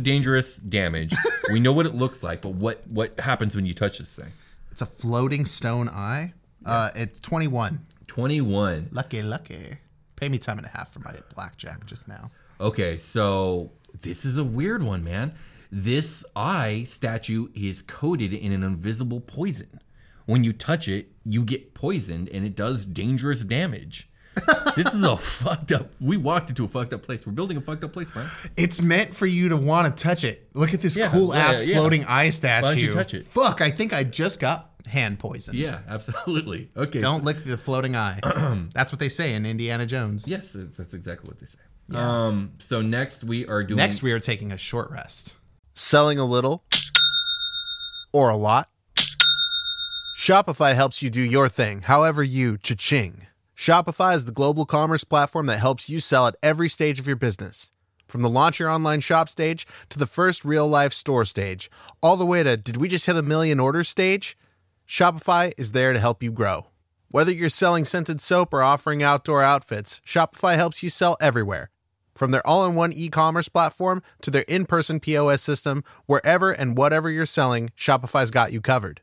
[SPEAKER 3] dangerous damage. we know what it looks like, but what what happens when you touch this thing?
[SPEAKER 2] It's a floating stone eye. Uh, it's twenty-one.
[SPEAKER 3] 21.
[SPEAKER 2] Lucky, lucky. Pay me time and a half for my blackjack just now.
[SPEAKER 3] Okay, so this is a weird one, man. This eye statue is coated in an invisible poison. When you touch it, you get poisoned and it does dangerous damage. this is a fucked up. We walked into a fucked up place. We're building a fucked up place, Brian.
[SPEAKER 2] It's meant for you to want to touch it. Look at this
[SPEAKER 3] Yeah,
[SPEAKER 2] cool
[SPEAKER 3] yeah,
[SPEAKER 2] ass
[SPEAKER 3] yeah.
[SPEAKER 2] floating eye statue.
[SPEAKER 3] don't you touch it?
[SPEAKER 2] Fuck! I think I just got hand poisoned.
[SPEAKER 3] Yeah, absolutely. Okay. so-
[SPEAKER 2] Don't lick the floating eye. That's what they say in Indiana Jones.
[SPEAKER 3] Yes, that's, that's exactly what they say. Um. So next we are doing.
[SPEAKER 2] Next, we are taking a short rest.
[SPEAKER 5] Selling a little or a lot? Shopify helps you do your thing, however you cha-ching. Shopify is the global commerce platform that helps you sell at every stage of your business. From the launch your online shop stage to the first real life store stage, all the way to did we just hit a million orders stage? Shopify is there to help you grow. Whether you're selling scented soap or offering outdoor outfits, Shopify helps you sell everywhere. From their all in one e commerce platform to their in person POS system, wherever and whatever you're selling, Shopify's got you covered.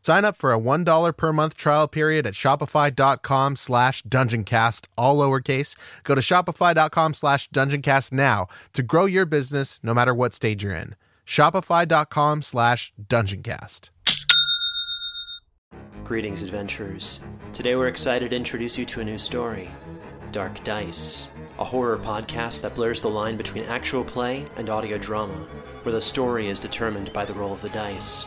[SPEAKER 5] Sign up for a $1 per month trial period at shopify.com slash dungeoncast, all lowercase. Go to shopify.com slash dungeoncast now to grow your business no matter what stage you're in. Shopify.com slash dungeoncast.
[SPEAKER 6] Greetings, adventurers. Today we're excited to introduce you to a new story Dark Dice, a horror podcast that blurs the line between actual play and audio drama, where the story is determined by the roll of the dice.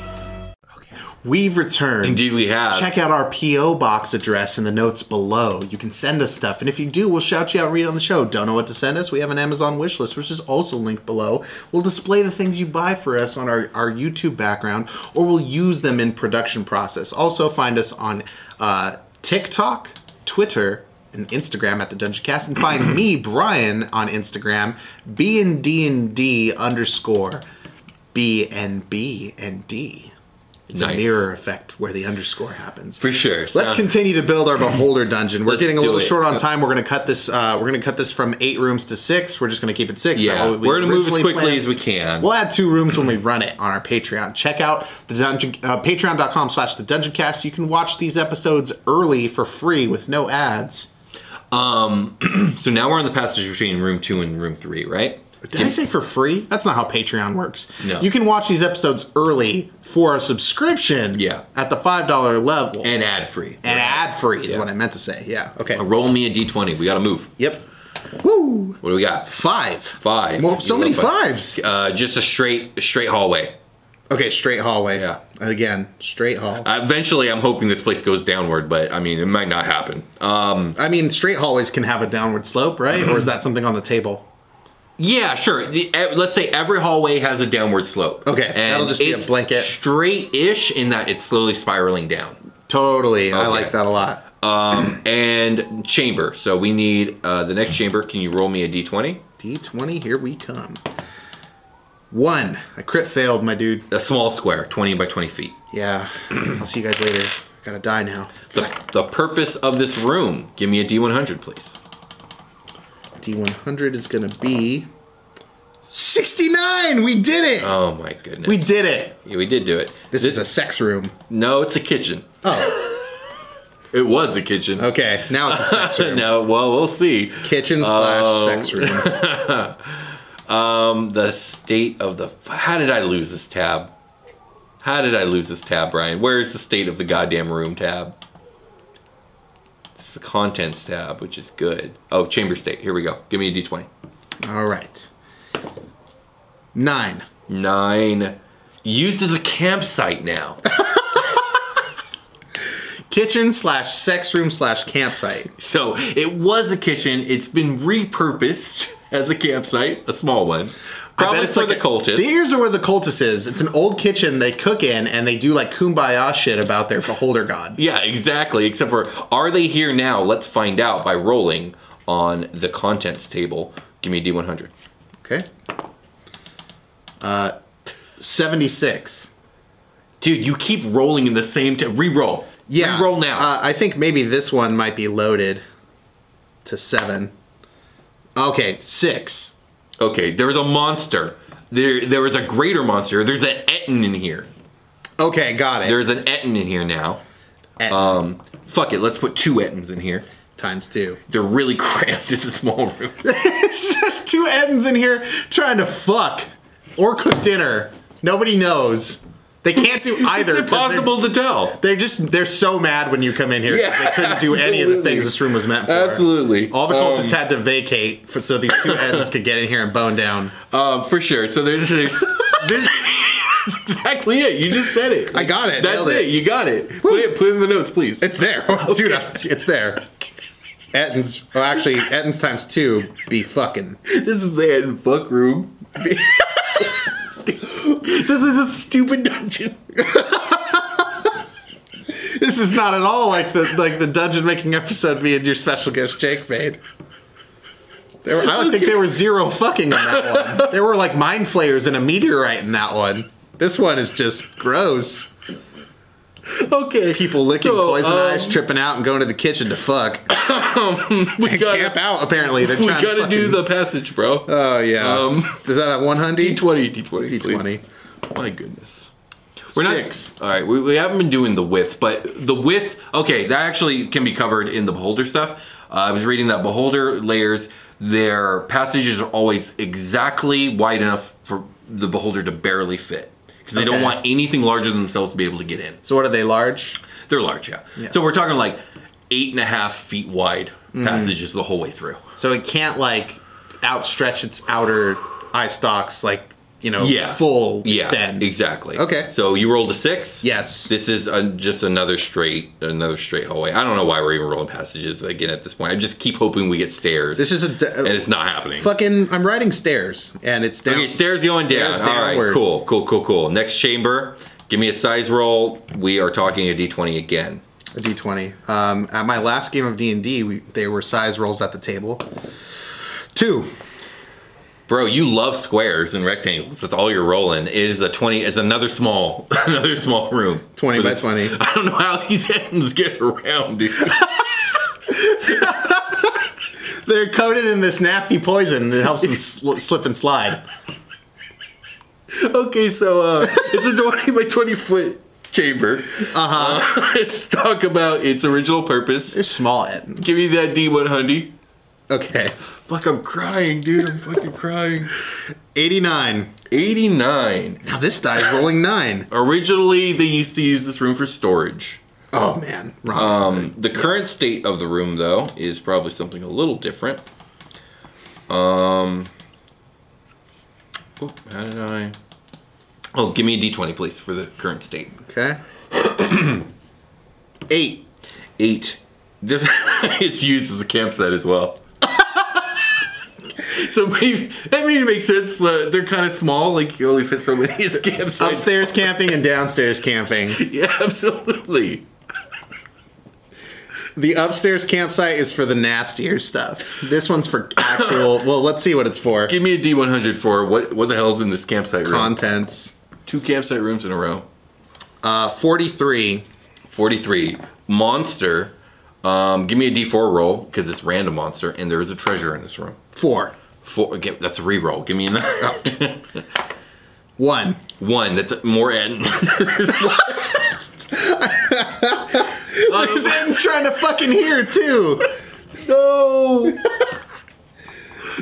[SPEAKER 7] We've returned.
[SPEAKER 3] Indeed we have.
[SPEAKER 7] Check out our P.O. box address in the notes below. You can send us stuff, and if you do, we'll shout you out, read it on the show. Don't know what to send us? We have an Amazon wish list, which is also linked below. We'll display the things you buy for us on our, our YouTube background, or we'll use them in production process. Also, find us on uh, TikTok, Twitter,
[SPEAKER 5] and Instagram at the Dungeon Cast, and find me Brian on Instagram, B and D and D underscore B and B and D. It's a
[SPEAKER 3] Nice.
[SPEAKER 5] mirror effect where the underscore happens.
[SPEAKER 3] For sure.
[SPEAKER 5] Let's
[SPEAKER 3] Sound-
[SPEAKER 5] continue to build our beholder dungeon. We're
[SPEAKER 3] Let's
[SPEAKER 5] getting a
[SPEAKER 3] do
[SPEAKER 5] little
[SPEAKER 3] it.
[SPEAKER 5] short on time. We're gonna cut this. Uh, we're gonna cut this from eight rooms to six. We're just gonna keep it six.
[SPEAKER 3] Yeah,
[SPEAKER 5] That what we
[SPEAKER 3] we're gonna move as
[SPEAKER 5] originally
[SPEAKER 3] quickly
[SPEAKER 5] planned.
[SPEAKER 3] as we can.
[SPEAKER 5] We'll add two rooms when we run it on our Patreon. Check out the dungeon uh, patreon.com slash the dungeon cast. You can watch these episodes early for free with no ads.
[SPEAKER 3] So now we're in the passage between room two and room three, right?
[SPEAKER 5] Did I say for free? That's not how Patreon works.
[SPEAKER 3] No.
[SPEAKER 5] You can watch these episodes early for a subscription
[SPEAKER 3] Yeah.
[SPEAKER 5] at the $5 level.
[SPEAKER 3] And ad free.
[SPEAKER 5] and ad free is
[SPEAKER 3] Yeah.
[SPEAKER 5] what I meant to say. Yeah. Okay.
[SPEAKER 3] Roll me a d20. We gotta move.
[SPEAKER 5] Yep. Woo.
[SPEAKER 3] What do we got?
[SPEAKER 5] Five.
[SPEAKER 3] Five.
[SPEAKER 5] Well, so
[SPEAKER 3] You
[SPEAKER 5] many
[SPEAKER 3] love five.
[SPEAKER 5] fives.
[SPEAKER 3] Uh, just a straight, a straight hallway.
[SPEAKER 5] Okay, straight hallway.
[SPEAKER 3] Yeah.
[SPEAKER 5] And again, straight hall.
[SPEAKER 3] Uh, eventually, I'm hoping this place goes downward, but I mean, it might not happen. Um,
[SPEAKER 5] I mean, straight hallways can have a downward slope, right? Or is that something on the table?
[SPEAKER 3] yeah, sure. The, eh, let's say every hallway has a downward slope.
[SPEAKER 5] Okay, that'll just be a
[SPEAKER 3] it's
[SPEAKER 5] blanket.
[SPEAKER 3] Straight-ish in that it's slowly spiraling down.
[SPEAKER 5] Totally. I
[SPEAKER 3] Okay.
[SPEAKER 5] like that a lot.
[SPEAKER 3] Um, and chamber. So we need uh, the next chamber. Can you roll me a d20?
[SPEAKER 5] D20, here we come. One. I crit failed, my dude.
[SPEAKER 3] A small square, 20 by 20 feet.
[SPEAKER 5] Yeah. I'll see you guys later. Gotta die now.
[SPEAKER 3] The, the purpose of this room. Give me a d100, please.
[SPEAKER 5] D100 is gonna be 69. We did it.
[SPEAKER 3] Oh my goodness.
[SPEAKER 5] we did it.
[SPEAKER 3] Yeah, we did do it.
[SPEAKER 5] This, is a sex room.
[SPEAKER 3] No, it's a kitchen.
[SPEAKER 5] Oh,
[SPEAKER 3] It was a kitchen.
[SPEAKER 5] okay. Now it's a sex room.
[SPEAKER 3] no, well, we'll see.
[SPEAKER 5] Kitchen slash sex room.
[SPEAKER 3] Um, the state of the. How did I lose this tab? How did I lose this tab, Brian? Where is the state of the goddamn room tab? It's the contents tab, which is good. Oh, chamber state. Here we go. Give me a d20.
[SPEAKER 5] All right. Nine.
[SPEAKER 3] Nine. Used as a campsite now.
[SPEAKER 5] Kitchen slash sex room slash campsite.
[SPEAKER 3] so it was a kitchen. It's been repurposed as a campsite, a small one. Probably for the
[SPEAKER 5] a-
[SPEAKER 3] cultists.
[SPEAKER 5] Here's where the cultist is. It's an old kitchen they cook in, and they do like kumbaya shit about their beholder god.
[SPEAKER 3] Yeah, exactly. Except for, are they here now? Let's find out by rolling on the contents table. Give me a D100.
[SPEAKER 5] Okay. Uh, seventy six.
[SPEAKER 3] Dude, you keep rolling in the same. T- re-roll.
[SPEAKER 5] Yeah.
[SPEAKER 3] Re-roll now.
[SPEAKER 5] Uh, I think maybe this one might be loaded to seven. Okay, six.
[SPEAKER 3] okay, there was a monster. There, there was a greater monster. There's an Etten in here.
[SPEAKER 5] Okay, got it.
[SPEAKER 3] There's an Etten in here now.
[SPEAKER 5] At-
[SPEAKER 3] Um, fuck it. Let's put two Ettens in here.
[SPEAKER 5] times two.
[SPEAKER 3] They're really cramped. It's a small room.
[SPEAKER 5] it's just two Ettins in here trying to fuck or cook dinner. Nobody knows. They can't do either.
[SPEAKER 3] it's
[SPEAKER 5] 'cause they're-
[SPEAKER 3] impossible to tell.
[SPEAKER 5] They're just they're so mad when you come in here. 'cause
[SPEAKER 3] Yeah,
[SPEAKER 5] they couldn't do any of the
[SPEAKER 3] absolutely.
[SPEAKER 5] things this room was meant for.
[SPEAKER 3] Absolutely.
[SPEAKER 5] All the
[SPEAKER 3] Um,
[SPEAKER 5] cultists had to vacate for, so these two ends could get in here and bone down.
[SPEAKER 3] Um, for sure. So there's, there's, there's that's exactly it. You just said it.
[SPEAKER 5] I got it.
[SPEAKER 3] That's
[SPEAKER 5] Nailed
[SPEAKER 3] it.
[SPEAKER 5] it.
[SPEAKER 3] You got it. Put it. Put it in the notes, please.
[SPEAKER 5] It's there. Dude, I- it's there. Ettins, well, actually, Ettins times two be fucking.
[SPEAKER 3] this is the end fuck room. this is a stupid dungeon.
[SPEAKER 5] This is not at all like the like the dungeon making episode me and your special guest Jake made. There were, I don't think there were zero fucking in that one. There were like mind flayers and a meteorite in that one. This one is just gross.
[SPEAKER 3] Okay.
[SPEAKER 5] people licking
[SPEAKER 3] So,
[SPEAKER 5] poison
[SPEAKER 3] um,
[SPEAKER 5] eyes, tripping out, and going to the kitchen to fuck.
[SPEAKER 3] We
[SPEAKER 5] Camp
[SPEAKER 3] gotta.
[SPEAKER 5] out, apparently. They're
[SPEAKER 3] We
[SPEAKER 5] trying
[SPEAKER 3] gotta
[SPEAKER 5] to
[SPEAKER 3] do
[SPEAKER 5] fucking-
[SPEAKER 3] the passage, bro.
[SPEAKER 5] Oh, yeah.
[SPEAKER 3] Oh Um,
[SPEAKER 5] Is that a 100?
[SPEAKER 3] D20, D20,
[SPEAKER 5] D20.
[SPEAKER 3] please. My goodness.
[SPEAKER 5] Six.
[SPEAKER 3] All right, we, we haven't been doing the width, but the width, okay, that actually can be covered in the beholder stuff. Uh, I was reading that beholder layers, their passages are always exactly wide enough for the beholder to barely fit. Because they don't
[SPEAKER 5] Okay.
[SPEAKER 3] want anything larger than themselves to be able to get in.
[SPEAKER 5] So, what are they large?
[SPEAKER 3] They're large, yeah. So we're talking like eight and a half feet wide passages the whole way through.
[SPEAKER 5] So it can't, like, outstretch its outer eye stalks, like, you know,
[SPEAKER 3] Yeah.
[SPEAKER 5] full
[SPEAKER 3] Yeah,
[SPEAKER 5] extend.
[SPEAKER 3] exactly.
[SPEAKER 5] Okay.
[SPEAKER 3] So you rolled a six.
[SPEAKER 5] Yes.
[SPEAKER 3] This is uh just another straight, another straight hallway. I don't know why we're even rolling passages again at this point. I just keep hoping we get stairs.
[SPEAKER 5] This is a. d-
[SPEAKER 3] and it's not happening.
[SPEAKER 5] Fucking, I'm riding stairs, and it's down.
[SPEAKER 3] Okay, stairs going
[SPEAKER 5] Stairs
[SPEAKER 3] down. All right,
[SPEAKER 5] downward.
[SPEAKER 3] cool, cool, cool, cool. Next chamber. Give me a size roll. We are talking a d20 again.
[SPEAKER 2] A D20. Um, at my last game of D&D, we, they were size rolls at the table. Two.
[SPEAKER 3] Bro, you love squares and rectangles. That's all you're rolling. It is a twenty. It's another small, another small room.
[SPEAKER 2] 20
[SPEAKER 3] For
[SPEAKER 2] by
[SPEAKER 3] this-
[SPEAKER 2] 20.
[SPEAKER 3] I don't know how these ends get around, dude.
[SPEAKER 2] They're coated in this nasty poison that helps them sl- slip and slide.
[SPEAKER 3] okay, so uh, it's a twenty by twenty foot chamber. Uh-huh. Let's talk about its original purpose.
[SPEAKER 2] They're small. Ed.
[SPEAKER 3] Give me that D one hundred.
[SPEAKER 2] Okay.
[SPEAKER 3] Fuck, I'm crying, dude. I'm fucking crying.
[SPEAKER 2] 89.
[SPEAKER 3] Eighty nine.
[SPEAKER 2] Now this die is rolling 9.
[SPEAKER 3] Originally, they used to use this room for storage.
[SPEAKER 2] Oh, man. Wrong.
[SPEAKER 3] Um, the current state of the room, though, is probably something a little different. Um, oh, how did I? Oh, give me a d20, please, for the current state.
[SPEAKER 2] okay. 8.
[SPEAKER 3] Eight. This it's used as a campsite as well. so maybe that maybe makes sense. Uh, they're kind of small, like you only fit so many as campsites.
[SPEAKER 2] Upstairs camping and downstairs camping.
[SPEAKER 3] Yeah, absolutely.
[SPEAKER 2] The upstairs campsite is for the nastier stuff. This one's for actual. well, let's see what it's for.
[SPEAKER 3] Give me a d100 for what? What the hell's in this campsite room?
[SPEAKER 2] Contents.
[SPEAKER 3] Two campsite rooms in a row.
[SPEAKER 2] Uh, 43.
[SPEAKER 3] 43 monster um, give me a d4 roll because it's random monster and there is a treasure in this room
[SPEAKER 2] 4.
[SPEAKER 3] Four, gi- that's a re-roll give me another
[SPEAKER 2] 1.
[SPEAKER 3] one that's more end
[SPEAKER 2] There's Zen's trying to fucking hear, too.
[SPEAKER 3] no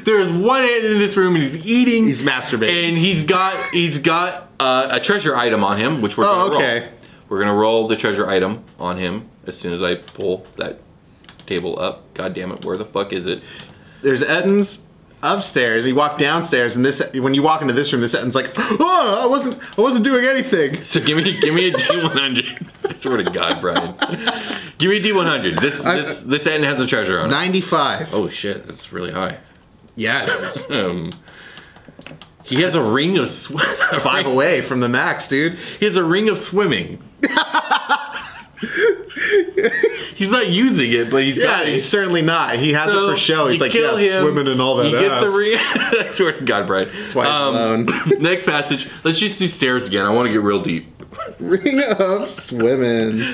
[SPEAKER 3] there's one end in this room and he's eating
[SPEAKER 2] He's masturbating.
[SPEAKER 3] and he's got he's got uh, a treasure item on him which we're
[SPEAKER 2] Oh,
[SPEAKER 3] gonna
[SPEAKER 2] okay.
[SPEAKER 3] roll we're gonna roll the treasure item on him as soon as i pull that table up god damn it where the fuck is it
[SPEAKER 2] There's Eden's upstairs. You walk downstairs, and this when you walk into this room, this Eden's like, oh, I wasn't, I wasn't doing anything.
[SPEAKER 3] So give me give me a D one hundred. I swear to God, Brian. Give me a D one hundred. This this this end has a treasure on it.
[SPEAKER 2] 95.
[SPEAKER 3] Oh shit, that's really high.
[SPEAKER 2] yeah, it is.
[SPEAKER 3] Um, he has a ring of sw-
[SPEAKER 2] Five away from the max, dude.
[SPEAKER 3] He has a ring of swimming. he's not using it, but he's
[SPEAKER 2] Yeah,
[SPEAKER 3] got it.
[SPEAKER 2] he's certainly not. He has
[SPEAKER 3] So
[SPEAKER 2] it for show. He's
[SPEAKER 3] you
[SPEAKER 2] like,
[SPEAKER 3] kill
[SPEAKER 2] yeah,
[SPEAKER 3] him,
[SPEAKER 2] swimming and all that
[SPEAKER 3] You get
[SPEAKER 2] ass."
[SPEAKER 3] the ring. I swear to God, Brian. That's
[SPEAKER 2] why he's alone.
[SPEAKER 3] next passage. Let's just do stairs again. I want to get real deep.
[SPEAKER 2] Ring of swimming.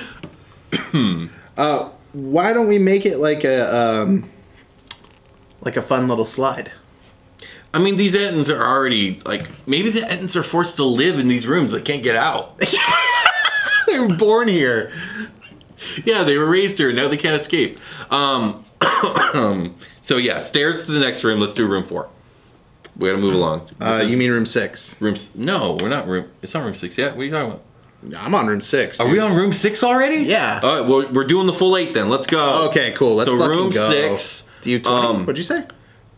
[SPEAKER 3] Hmm.
[SPEAKER 2] uh, why don't we make it like a um, like a fun little slide?
[SPEAKER 3] I mean, these Ettons are already like maybe the Ettons are forced to live in these rooms. They can't get out.
[SPEAKER 2] They were born here.
[SPEAKER 3] yeah, they were raised here. Now they can't escape. Um, so yeah, stairs to the next room. Let's do room four. We gotta move along.
[SPEAKER 2] Uh,
[SPEAKER 3] This
[SPEAKER 2] you
[SPEAKER 3] is
[SPEAKER 2] mean room six?
[SPEAKER 3] room? s- No, we're not room. It's not room six yet. What are you talking about?
[SPEAKER 2] I'm on room six.
[SPEAKER 3] Are
[SPEAKER 2] dude.
[SPEAKER 3] we on room six already?
[SPEAKER 2] Yeah.
[SPEAKER 3] All right. Well, we're doing the full eight then. Let's go.
[SPEAKER 2] Okay, cool. Let's
[SPEAKER 3] so
[SPEAKER 2] fucking
[SPEAKER 3] room
[SPEAKER 2] go.
[SPEAKER 3] six.
[SPEAKER 2] Do you twenty?
[SPEAKER 3] Um,
[SPEAKER 2] What'd you say?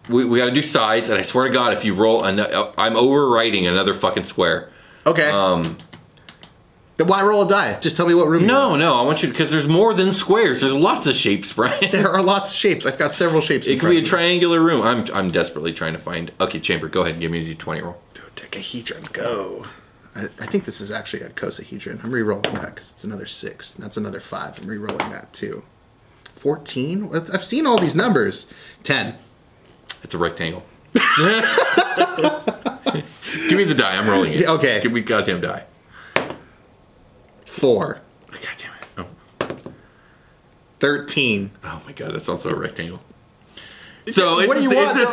[SPEAKER 3] We, we gotta do sides, and I swear to God, if you roll, an, uh, I'm overwriting another fucking square.
[SPEAKER 2] Okay. Um. Then why roll a die? Just tell me what room. you're in.
[SPEAKER 3] No, no, I want you because there's more than squares. There's lots of shapes, Brian.
[SPEAKER 2] There are lots of shapes. I've got several shapes. in
[SPEAKER 3] It could be a
[SPEAKER 2] front of
[SPEAKER 3] triangular room. I'm I'm desperately trying to find. Okay, chamber. Go ahead and give me a d20 roll.
[SPEAKER 2] me. Decahedron. Go. I, I think this is actually a cosahedron. I'm re-rolling that because it's another six. and That's another five. I'm re-rolling that too. Fourteen. I've seen all these numbers. Ten.
[SPEAKER 3] It's a rectangle. give me the die. I'm rolling it.
[SPEAKER 2] Yeah, okay.
[SPEAKER 3] Give me goddamn die.
[SPEAKER 2] Four.
[SPEAKER 3] God damn it. Oh,
[SPEAKER 2] Thirteen.
[SPEAKER 3] oh my god, that's also a rectangle. So
[SPEAKER 2] what do
[SPEAKER 3] it's-
[SPEAKER 2] you
[SPEAKER 3] it's
[SPEAKER 2] want?
[SPEAKER 3] a-
[SPEAKER 2] They're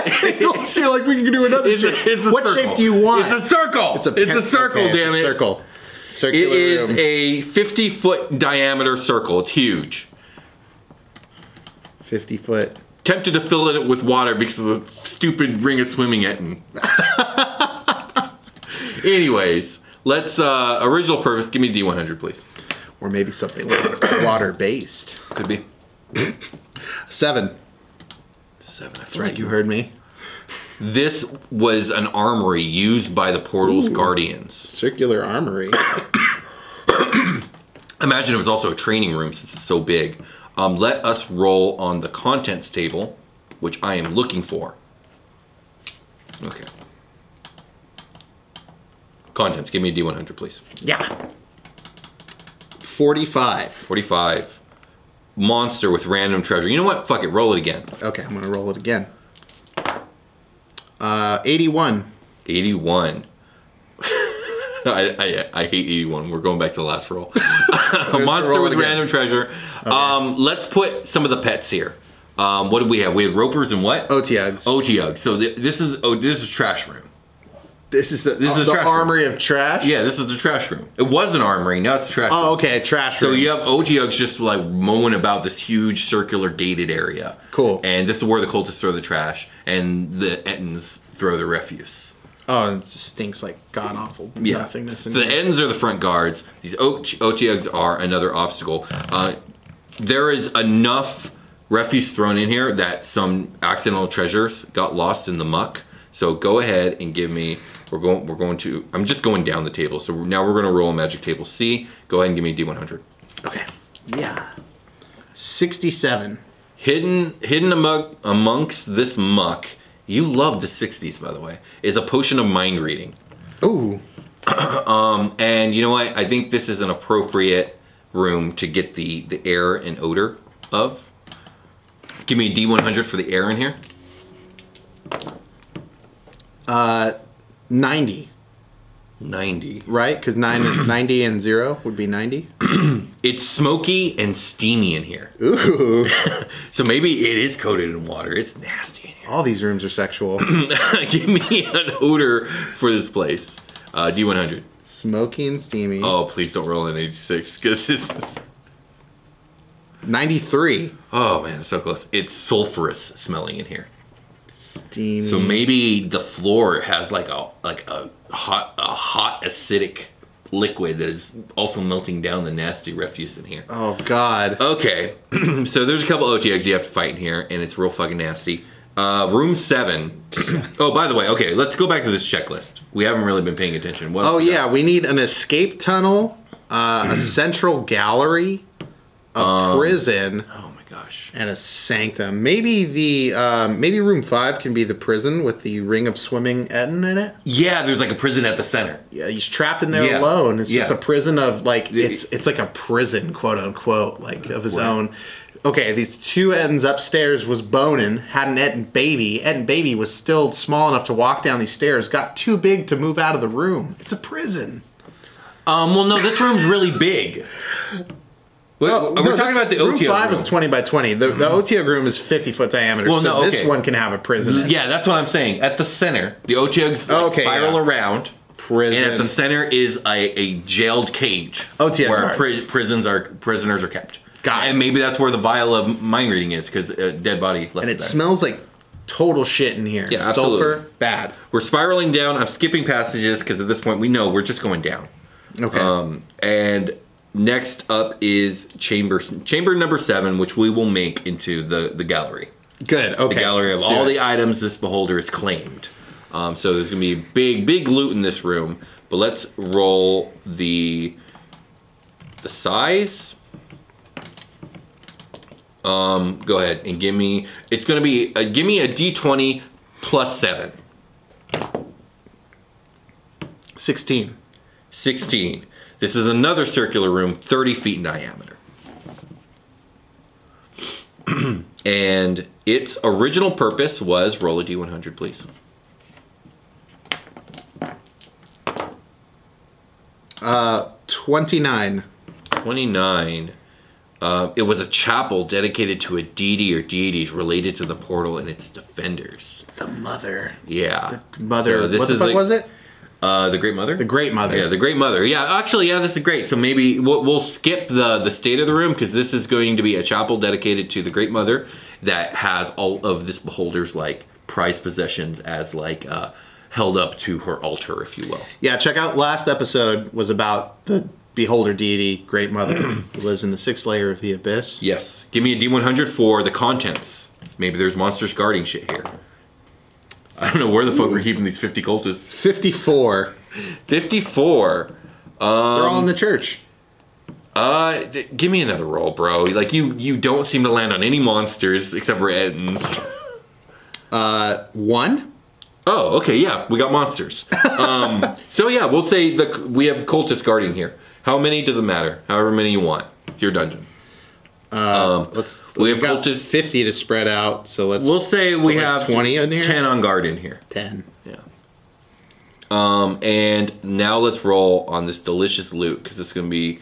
[SPEAKER 2] all rectangles. See, like we can do another
[SPEAKER 3] It's a-
[SPEAKER 2] shape.
[SPEAKER 3] it's a
[SPEAKER 2] what
[SPEAKER 3] circle.
[SPEAKER 2] shape do you want?
[SPEAKER 3] It's a circle. It's a,
[SPEAKER 2] pen-
[SPEAKER 3] circle.
[SPEAKER 2] okay,
[SPEAKER 3] damn
[SPEAKER 2] it's
[SPEAKER 3] it.
[SPEAKER 2] A circle.
[SPEAKER 3] It
[SPEAKER 2] Circular
[SPEAKER 3] is
[SPEAKER 2] room.
[SPEAKER 3] a 50 foot diameter circle. It's huge.
[SPEAKER 2] fifty foot.
[SPEAKER 3] Tempted to fill it with water because of the stupid ring of swimming etting. Anyways, let's uh original purpose. Give me a D100, please.
[SPEAKER 2] or maybe something like water based.
[SPEAKER 3] Could be
[SPEAKER 2] Seven.
[SPEAKER 3] seven. That's
[SPEAKER 2] Right, you heard me.
[SPEAKER 3] This was an armory used by the portal's guardians.
[SPEAKER 2] Circular armory.
[SPEAKER 3] Imagine it was also a training room since it's so big. Um, let us roll on the contents table, which I am looking for. Okay. Contents. Give me a D100, please.
[SPEAKER 2] yeah.
[SPEAKER 5] 45.
[SPEAKER 8] 45. Monster with random treasure. You know what? Fuck it. Roll it again.
[SPEAKER 5] Okay, I'm going to roll it again. Uh, 81.
[SPEAKER 8] 81. I, I, I hate 81. We're going back to the last roll. a monster
[SPEAKER 5] roll
[SPEAKER 8] with
[SPEAKER 5] again.
[SPEAKER 8] random treasure. Um, let's put some of the pets here. Um, what did we have? We had ropers and
[SPEAKER 5] Oh.
[SPEAKER 8] what?
[SPEAKER 5] OTUGs.
[SPEAKER 8] OTUG. So th- this is oh this is trash room.
[SPEAKER 5] this is the,
[SPEAKER 8] this
[SPEAKER 3] Oh,
[SPEAKER 8] is a
[SPEAKER 5] the
[SPEAKER 8] trash
[SPEAKER 5] armory of trash?
[SPEAKER 8] Yeah, this is the trash room. It was an armory. Now it's a trash.
[SPEAKER 5] Oh,
[SPEAKER 8] room.
[SPEAKER 5] okay, trash
[SPEAKER 8] So
[SPEAKER 5] room.
[SPEAKER 8] you have OTUGs just like mowing about this huge circular gated area.
[SPEAKER 5] Cool.
[SPEAKER 8] And this is where the cultists throw the trash and the Ettins throw the refuse.
[SPEAKER 5] Oh, it just stinks like god awful
[SPEAKER 8] Yeah.
[SPEAKER 5] nothingness.
[SPEAKER 8] So
[SPEAKER 5] in
[SPEAKER 8] the
[SPEAKER 5] here.
[SPEAKER 8] ends are the front guards. These O- OTUGs are another obstacle. Uh, there is enough refuse thrown in here that some accidental treasures got lost in the muck. So go ahead and give me. We're going. We're going to. I'm just going down the table. So now we're going to roll a magic table C. Go ahead and give me a D100.
[SPEAKER 5] Okay. Yeah. 67.
[SPEAKER 8] Hidden, hidden among, amongst this muck. You love the 60s, by the way. Is a potion of mind reading. Um,
[SPEAKER 5] Ooh.
[SPEAKER 8] And you know what? I think this is an appropriate room to get the the air and odor of. Give me a D100 for the air in here.
[SPEAKER 5] 90,
[SPEAKER 8] 90.
[SPEAKER 5] Uh, right? Because 90 and 0 would be 90.
[SPEAKER 8] It's smoky and steamy in here.
[SPEAKER 5] Ooh.
[SPEAKER 8] So maybe it is coated in water. It's nasty in here.
[SPEAKER 5] All these rooms are sexual.
[SPEAKER 8] Give me an odor for this place. Uh, D100.
[SPEAKER 5] Smoky and steamy.
[SPEAKER 8] Oh, please don't roll an 86 because this is.
[SPEAKER 5] 93.
[SPEAKER 8] Oh man, so close. It's sulfurous smelling in here.
[SPEAKER 5] Steamy.
[SPEAKER 8] So maybe the floor has like a like a hot a hot acidic liquid that is also melting down the nasty refuse in here.
[SPEAKER 5] oh, God.
[SPEAKER 8] Okay, so there's a couple OTX you have to fight in here, and it's real fucking nasty. Uh, room seven. oh, by the way, okay, let's go back to this checklist. We haven't really been paying attention. What
[SPEAKER 5] Oh
[SPEAKER 8] else we got?
[SPEAKER 5] yeah, we need an escape tunnel, uh, a central gallery, a prison,
[SPEAKER 8] Um, Oh my gosh.
[SPEAKER 5] and a sanctum. Maybe the um, maybe room five can be the prison with the ring of swimming Etten in it.
[SPEAKER 8] Yeah, there's like a prison at the center.
[SPEAKER 5] Yeah, he's trapped in there
[SPEAKER 8] Yeah.
[SPEAKER 5] alone. It's just
[SPEAKER 8] Yeah.
[SPEAKER 5] a prison of like it's it's like a prison, quote unquote, like of his own. Okay, these two Ettins upstairs was boning, had an Etten baby. Etten baby was still small enough to walk down these stairs, got too big to move out of the room. It's a prison.
[SPEAKER 8] Um, well, no, this room's really big. Well,
[SPEAKER 5] Oh, No,
[SPEAKER 8] we're
[SPEAKER 5] this-
[SPEAKER 8] Uh, talking about the
[SPEAKER 5] room
[SPEAKER 8] OTO
[SPEAKER 5] five
[SPEAKER 8] room. Mm-hmm.
[SPEAKER 5] is twenty by twenty. The, the OTO room is fifty foot diameter,
[SPEAKER 8] Well,
[SPEAKER 5] so
[SPEAKER 8] no,
[SPEAKER 5] this
[SPEAKER 8] okay.
[SPEAKER 5] one can have a prison.
[SPEAKER 8] Yeah, that's what I'm saying. At the center, the OTUGs like,
[SPEAKER 5] Okay,
[SPEAKER 8] spiral
[SPEAKER 5] yeah.
[SPEAKER 8] around,
[SPEAKER 5] Prison.
[SPEAKER 8] and at the center is a, a jailed cage
[SPEAKER 5] OTUG
[SPEAKER 8] where
[SPEAKER 5] guards.
[SPEAKER 8] pri- prisons are prisoners are kept.
[SPEAKER 5] Got it.
[SPEAKER 8] and maybe that's where the vial of mind reading is because uh, dead body left.
[SPEAKER 5] and it
[SPEAKER 8] there.
[SPEAKER 5] smells like total shit in here.
[SPEAKER 8] Yeah,
[SPEAKER 5] sulfur,
[SPEAKER 8] absolutely.
[SPEAKER 5] bad.
[SPEAKER 8] We're spiraling down. I'm skipping passages because at this point we know we're just going down.
[SPEAKER 5] Okay.
[SPEAKER 8] Um, and next up is chamber chamber number seven, which we will make into the the gallery.
[SPEAKER 5] Good. Okay.
[SPEAKER 8] the gallery of
[SPEAKER 5] let's do
[SPEAKER 8] all
[SPEAKER 5] it.
[SPEAKER 8] the items this beholder has claimed. Um, so there's gonna be big, big loot in this room. But let's roll the the size. Um, go ahead and give me. It's gonna be uh, give me a d20 plus seven.
[SPEAKER 5] sixteen.
[SPEAKER 8] 16. This is another circular room, 30 feet in diameter. and its original purpose was roll a d100, please.
[SPEAKER 5] Twenty nine.
[SPEAKER 8] 29. Uh, it was a chapel dedicated to a deity or deities related to the portal and its defenders.
[SPEAKER 5] The mother.
[SPEAKER 8] Yeah.
[SPEAKER 5] Mother.
[SPEAKER 8] So this
[SPEAKER 5] what the
[SPEAKER 8] is
[SPEAKER 5] fuck
[SPEAKER 8] like-
[SPEAKER 5] was it?
[SPEAKER 8] Uh, the Great Mother?
[SPEAKER 5] The Great Mother.
[SPEAKER 8] Yeah, the Great Mother. Yeah, actually, yeah, this is great. So maybe we'll, we'll skip the the state of the room because this is going to be a chapel dedicated to the Great Mother that has all of this beholder's like prized possessions as like uh, held up to her altar, if you will.
[SPEAKER 5] yeah. Check out last episode was about the beholder deity, Great Mother, who lives in the sixth layer of the abyss.
[SPEAKER 8] Yes. Give me a D100 for the contents. Maybe there's monsters guarding shit here. I don't know where the fuck we're keeping these 50 cultists. Um,
[SPEAKER 5] Fifty four.
[SPEAKER 8] 54.
[SPEAKER 5] They're all in the church.
[SPEAKER 8] Uh, d- give me another roll, bro. Like you, you don't seem to land on any monsters except for Ettins.
[SPEAKER 5] One.
[SPEAKER 8] Oh, okay, yeah, we got monsters. um, so yeah, we'll say the we have cultists guarding here. How many doesn't matter. However many you want. It's your dungeon.
[SPEAKER 5] Uh,
[SPEAKER 8] Um,
[SPEAKER 5] Let's.
[SPEAKER 8] We
[SPEAKER 5] We have got
[SPEAKER 8] have cultist-
[SPEAKER 5] fifty to spread out, so let's
[SPEAKER 8] We'll say we
[SPEAKER 5] like
[SPEAKER 8] have
[SPEAKER 5] 20 in here?
[SPEAKER 8] ten on guard in here.
[SPEAKER 5] ten.
[SPEAKER 8] Um, and now let's roll on this delicious loot because it's gonna be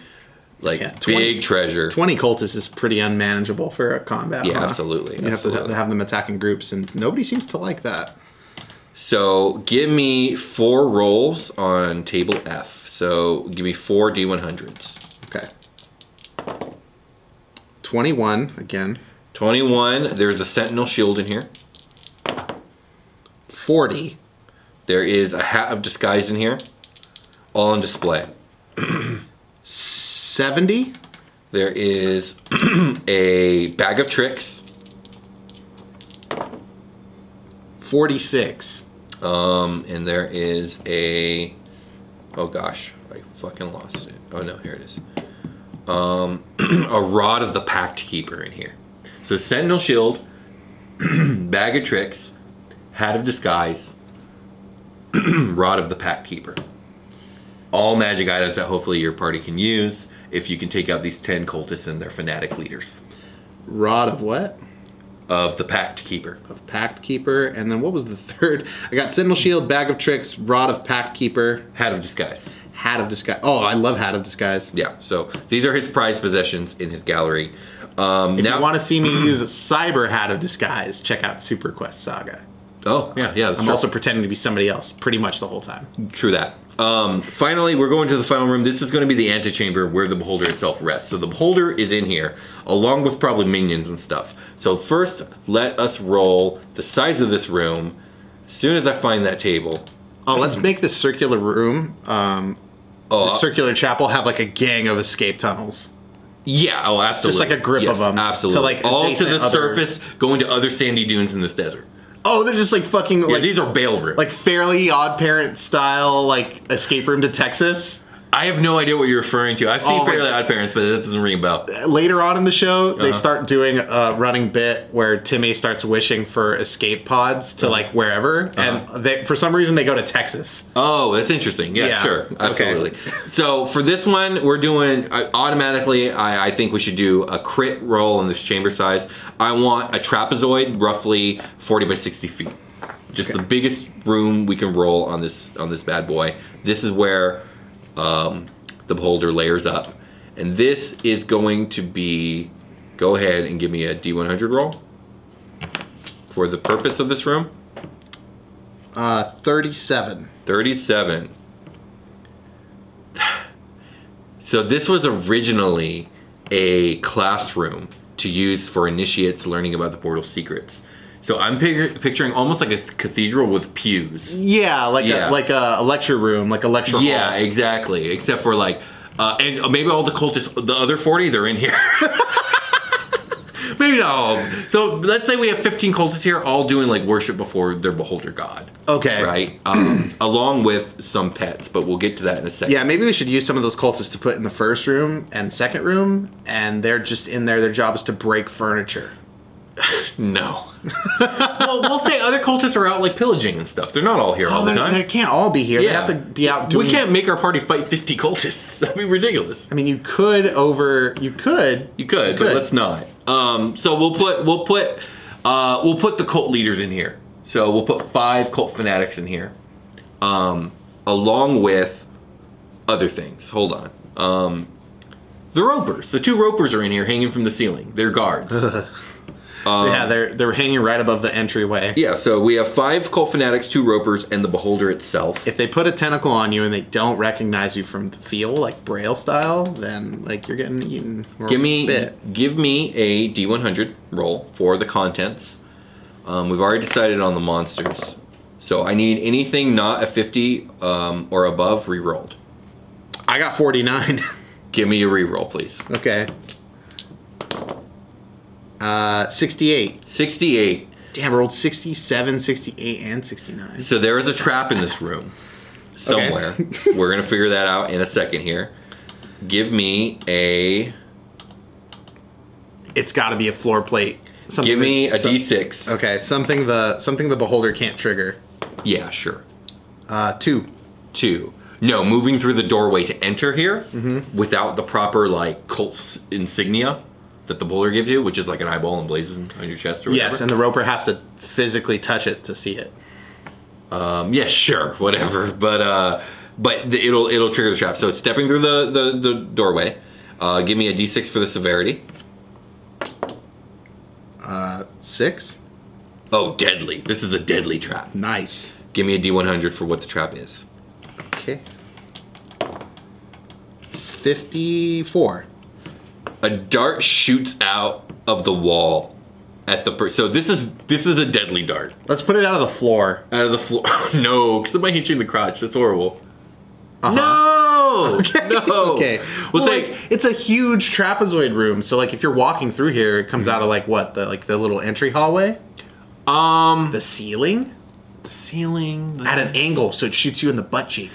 [SPEAKER 8] like
[SPEAKER 5] Yeah, 20
[SPEAKER 8] big treasure.
[SPEAKER 5] Twenty cultists is pretty unmanageable for a combat.
[SPEAKER 8] Yeah,
[SPEAKER 5] huh?
[SPEAKER 8] absolutely,
[SPEAKER 5] You have to
[SPEAKER 8] absolutely.
[SPEAKER 5] ha- have them attack in groups, and nobody seems to like that.
[SPEAKER 8] So give me four rolls on table F. So give me four D100s.
[SPEAKER 5] Okay. Twenty-one again.
[SPEAKER 8] 21. There's a sentinel shield in here.
[SPEAKER 5] Forty.
[SPEAKER 8] There is a hat of disguise in here. All on display.
[SPEAKER 5] Seventy.
[SPEAKER 8] There is a bag of tricks.
[SPEAKER 5] Forty-six.
[SPEAKER 8] Um, and there is a. Oh gosh, I fucking lost it. Oh no, here it is. Um, a rod of the Pact Keeper in here. So Sentinel Shield, bag of tricks, hat of disguise, rod of the Pact Keeper. All magic items that hopefully your party can use if you can take out these ten cultists and their fanatic leaders
[SPEAKER 5] Rod of what?
[SPEAKER 8] of the Pact Keeper.
[SPEAKER 5] Of Pact Keeper, and then what was the third? I got Sentinel Shield, Bag of Tricks, Rod of Pact Keeper,
[SPEAKER 8] Hat of disguise.
[SPEAKER 5] Hat of Disguise. Oh, I love Hat of Disguise.
[SPEAKER 8] Yeah. So these are his prized possessions in his gallery. Um,
[SPEAKER 5] If
[SPEAKER 8] now,
[SPEAKER 5] you want to see me use a cyber hat of disguise, check out Super Quest Saga.
[SPEAKER 8] oh yeah, yeah. That's
[SPEAKER 5] I'm
[SPEAKER 8] true.
[SPEAKER 5] also pretending to be somebody else pretty much the whole time.
[SPEAKER 8] true that. Um, finally, we're going to the final room. This is going to be the antechamber where the beholder itself rests. So the beholder is in here, along with probably minions and stuff. So first, let us roll the size of this room. As soon as I find that table,
[SPEAKER 5] Oh, let's make this circular room, um,
[SPEAKER 8] Oh,
[SPEAKER 5] the circular chapel, have like a gang of escape tunnels.
[SPEAKER 8] yeah, oh, absolutely,
[SPEAKER 5] like a grip of 'em to,
[SPEAKER 8] absolutely,
[SPEAKER 5] like,
[SPEAKER 8] all to
[SPEAKER 5] adjacent
[SPEAKER 8] the
[SPEAKER 5] other-
[SPEAKER 8] surface, going to other sandy dunes in this desert.
[SPEAKER 5] Oh, they're just like fucking
[SPEAKER 8] Yeah,
[SPEAKER 5] like,
[SPEAKER 8] these are bail rooms.
[SPEAKER 5] like fairly odd parent style like escape room to Texas.
[SPEAKER 8] I have no idea what you're referring to. I've seen
[SPEAKER 5] Oh my
[SPEAKER 8] Fairly
[SPEAKER 5] God.
[SPEAKER 8] Odd Parents, but that doesn't ring a bell. Uh-huh.
[SPEAKER 5] Later on in the show, they start doing a running bit where Timmy starts wishing for escape pods to like wherever,
[SPEAKER 8] Uh-huh.
[SPEAKER 5] and they, for some reason they go to Texas.
[SPEAKER 8] Oh, that's interesting. Yeah,
[SPEAKER 5] Yeah.
[SPEAKER 8] sure,
[SPEAKER 5] Okay.
[SPEAKER 8] absolutely. So for this one, we're doing I, automatically. I, I think we should do a crit roll in this chamber size. I want a trapezoid, roughly forty by sixty feet, just the biggest room we can roll on this on this bad boy. This is where um, the beholder layers up, and this is going to be. Go ahead and give me a D100 roll for the purpose of this room.
[SPEAKER 5] Uh, Thirty-seven.
[SPEAKER 8] 37. So this was originally a classroom to use for initiates learning about the portal secrets. So I'm pic- picturing almost like a th- cathedral with pews.
[SPEAKER 5] Yeah, like
[SPEAKER 8] Yeah.
[SPEAKER 5] a like a, a lecture room, like a lecture
[SPEAKER 8] Yeah,
[SPEAKER 5] hall.
[SPEAKER 8] exactly. Except for like, uh, and maybe all the cultists, the other 40, they're in here. maybe not all. of them. So let's say we have 15 cultists here, all doing like worship before their beholder god.
[SPEAKER 5] Okay.
[SPEAKER 8] Right? Um, along with some pets, but we'll get to that in a second.
[SPEAKER 5] Yeah, maybe we should use some of those cultists to put in the first room and second room, and they're just in there. Their job is to break furniture.
[SPEAKER 8] No. well, we'll say other cultists are out like pillaging and stuff. They're not all here all
[SPEAKER 5] Oh,
[SPEAKER 8] the
[SPEAKER 5] they're-
[SPEAKER 8] time.
[SPEAKER 5] they can't all be here. They
[SPEAKER 8] yeah,
[SPEAKER 5] have to be out doing.
[SPEAKER 8] We can't make our party fight fifty cultists. That'd be ridiculous.
[SPEAKER 5] I mean, you could over. You could.
[SPEAKER 8] You could, but let's not. Um, so we'll put we'll put uh, we'll put the cult leaders in here. So we'll put five cult fanatics in here, um, along with other things. Hold on. Um, the ropers. The two ropers are in here, hanging from the ceiling. They're guards.
[SPEAKER 5] yeah, they're they're hanging right above the entryway.
[SPEAKER 8] Um, yeah. So we have five cult fanatics, two ropers, and the beholder itself.
[SPEAKER 5] If they put a tentacle on you and they don't recognize you from the feel, like Braille style, then like you're getting eaten. or
[SPEAKER 8] Give me
[SPEAKER 5] bit.
[SPEAKER 8] give me a D100 roll for the contents. Um, we've already decided on the monsters, so I need anything not a 50 um, or above re-rolled.
[SPEAKER 5] I got forty nine.
[SPEAKER 8] Give me a re-roll, please.
[SPEAKER 5] okay. Uh, sixty eight.
[SPEAKER 8] 68.
[SPEAKER 5] Damn, I rolled 67, 68, and 69.
[SPEAKER 8] So there is a trap in this room somewhere. We're gonna figure that out in a second here. Give me a
[SPEAKER 5] It's got to be a floor plate. Something
[SPEAKER 8] give me
[SPEAKER 5] that-
[SPEAKER 8] a
[SPEAKER 5] some-
[SPEAKER 8] 6
[SPEAKER 5] Okay, something the something the beholder can't trigger.
[SPEAKER 8] Yeah, sure.
[SPEAKER 5] Uh, two.
[SPEAKER 8] two. No, moving through the doorway to enter here without the proper like cult s- insignia that the bowler gives you, which is like an eyeball emblazoned on your chest or
[SPEAKER 5] Yes, and the
[SPEAKER 8] whatever.
[SPEAKER 5] roper has to physically touch it to see it.
[SPEAKER 8] um, yeah, sure, whatever. But uh, but the, it'll it'll trigger the trap. So it's stepping through the the, the doorway. Uh, give me a d6 for the severity.
[SPEAKER 5] Uh, Six.
[SPEAKER 8] Oh, deadly! This is a deadly trap.
[SPEAKER 5] Nice.
[SPEAKER 8] Give me a d100 for what the trap is.
[SPEAKER 5] Okay. Fifty-four.
[SPEAKER 8] a dart shoots out of the wall at the per- so this is this is a deadly dart
[SPEAKER 5] Let's put it out of the floor.
[SPEAKER 8] out of the floor no because it might hit you in the crotch that's horrible Uh-huh. no no
[SPEAKER 5] Okay.
[SPEAKER 8] Oh. we'll,
[SPEAKER 5] Well,
[SPEAKER 8] say
[SPEAKER 5] like it's a huge trapezoid room, so like if you're walking through here, it comes
[SPEAKER 8] Mm-hmm.
[SPEAKER 5] out of like what the like the little entry hallway,
[SPEAKER 8] um
[SPEAKER 5] the ceiling
[SPEAKER 8] the ceiling the-
[SPEAKER 5] at an angle, so it shoots you in the butt cheek.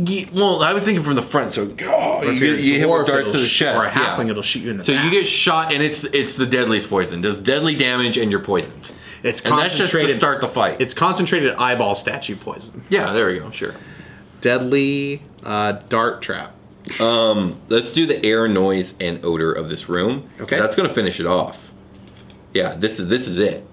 [SPEAKER 8] Ye- well i was thinking from the front so oh,
[SPEAKER 5] Or
[SPEAKER 8] you,
[SPEAKER 5] if you're
[SPEAKER 8] get,
[SPEAKER 5] a
[SPEAKER 8] you hit
[SPEAKER 5] dwarf,
[SPEAKER 8] with darts
[SPEAKER 5] it'll
[SPEAKER 8] to the
[SPEAKER 5] sh-
[SPEAKER 8] chest
[SPEAKER 5] or a
[SPEAKER 8] yeah.
[SPEAKER 5] halfling, it'll shoot you in the.
[SPEAKER 8] so you
[SPEAKER 5] back.
[SPEAKER 8] get shot and it's it's the deadliest poison does deadly damage and you're poisoned
[SPEAKER 5] it's
[SPEAKER 8] and that's just to
[SPEAKER 5] concentrated.
[SPEAKER 8] start the fight
[SPEAKER 5] It's concentrated eyeball statue poison.
[SPEAKER 8] yeah there we go sure
[SPEAKER 5] Deadly uh, dart trap.
[SPEAKER 8] Um, Let's do the air, noise, and odor of this room.
[SPEAKER 5] Okay.
[SPEAKER 8] That's gonna finish it off. Yeah, this is this is it.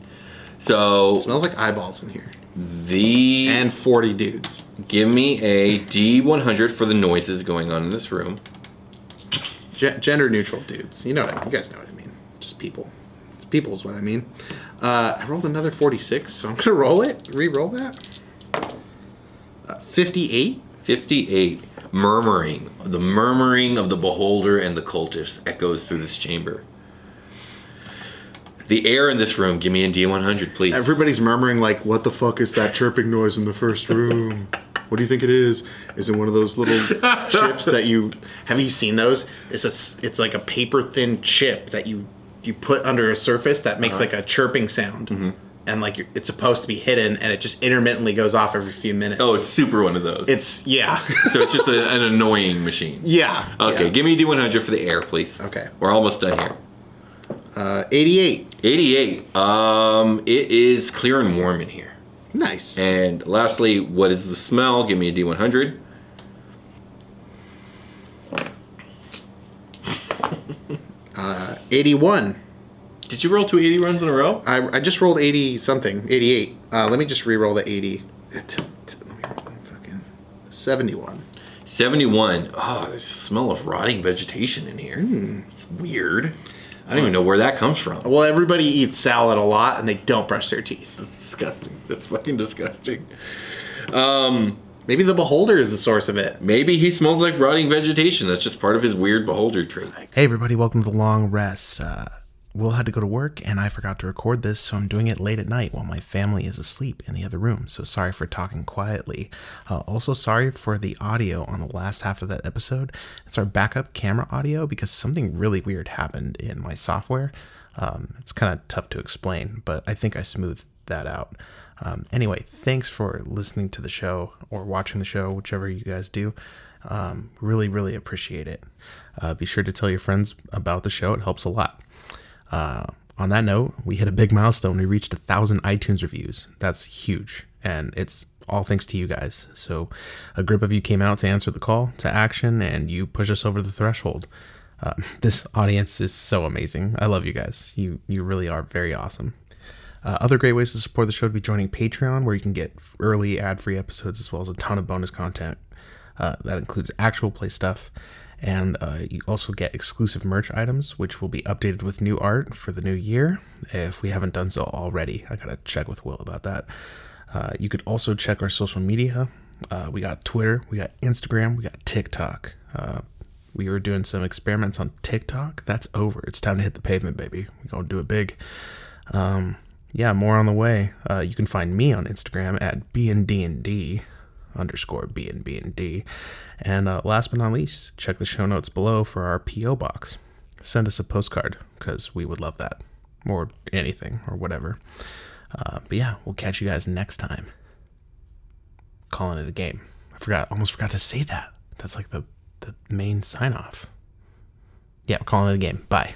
[SPEAKER 8] So
[SPEAKER 5] Smells like eyeballs in here.
[SPEAKER 8] the
[SPEAKER 5] And forty dudes.
[SPEAKER 8] give me a D100 for the noises going on in this room.
[SPEAKER 5] Ge- gender neutral dudes. You know what I mean. You guys know what I mean. Just people. It's people is what I mean. Uh, I rolled another 46, so I'm going to roll it. Re-roll that. Uh, 58.
[SPEAKER 8] 58. Murmuring. The murmuring of the beholder and the cultist echoes through this chamber. The air in this room. Give me a D100, please.
[SPEAKER 5] Everybody's murmuring like, what the fuck is that chirping noise in the first room? What do you think it is? Is it one of those little chips that you have you seen those? It's a s- it's like a paper thin chip that you you put under a surface that makes like a chirping sound, and like you're, it's supposed to be hidden, and it just intermittently goes off every few minutes.
[SPEAKER 8] oh, it's super one of those.
[SPEAKER 5] It's yeah,
[SPEAKER 8] so it's just a, an annoying machine.
[SPEAKER 5] yeah. Uh,
[SPEAKER 8] Okay,
[SPEAKER 5] yeah.
[SPEAKER 8] give me a D100 for the air, please.
[SPEAKER 5] Okay.
[SPEAKER 8] We're almost done here.
[SPEAKER 5] Uh, Eighty-eight.
[SPEAKER 8] 88. Um, it is clear and warm in here.
[SPEAKER 5] Nice.
[SPEAKER 8] And lastly, what is the smell? Give me a D100.
[SPEAKER 5] Eighty-one.
[SPEAKER 8] Did you roll two 80 runs in a row?
[SPEAKER 5] I, I just rolled eighty something. Eighty-eight. Uh, let me just re-roll the eighty. Uh, t- t- Let me fucking seventy-one.
[SPEAKER 8] 71. Oh, there's a smell of rotting vegetation in here. It's weird. I don't even know where that comes from.
[SPEAKER 5] Well, everybody eats salad a lot and they don't brush their teeth.
[SPEAKER 8] That's disgusting. That's fucking disgusting.
[SPEAKER 5] Maybe the beholder is the source of it.
[SPEAKER 8] Maybe he smells like rotting vegetation. That's just part of his weird beholder trait.
[SPEAKER 2] Hey, everybody, welcome to the long rest. Uh, Will had to go to work, and I forgot to record this, so I'm doing it late at night while my family is asleep in the other room. So sorry for talking quietly. Uh, also, sorry for the audio on the last half of that episode. It's our backup camera audio because something really weird happened in my software. Um, it's kind of tough to explain, but I think I smoothed that out. Um, anyway, thanks for listening to the show or watching the show, whichever you guys do. Um, really, really appreciate it. Uh, be sure to tell your friends about the show, it helps a lot. Uh, on that note, we hit a big milestone. We reached a thousand iTunes reviews. That's huge, and it's all thanks to you guys. So, a group of you came out to answer the call to action, and you push us over the threshold. Uh, this audience is so amazing. I love you guys. You you really are very awesome. Uh, other great ways to support the show would be joining Patreon, where you can get early ad free episodes as well as a ton of bonus content. Uh, that includes actual play stuff. And uh, you also get exclusive merch items, which will be updated with new art for the new year if we haven't done so already. I gotta check with Will about that. Uh, you could also check our social media. Uh, we got Twitter, we got Instagram, we got TikTok. Uh, we were doing some experiments on TikTok. That's over. It's time to hit the pavement, baby. We're gonna do it big. Um, yeah, more on the way. Uh, you can find me on Instagram at bndnd underscore bnbnd. And uh, last but not least, check the show notes below for our PO box. Send us a postcard because we would love that, or anything, or whatever. Uh, but yeah, we'll catch you guys next time. Calling it a game. I forgot, almost forgot to say that. That's like the the main sign off. Yeah, calling it a game. Bye.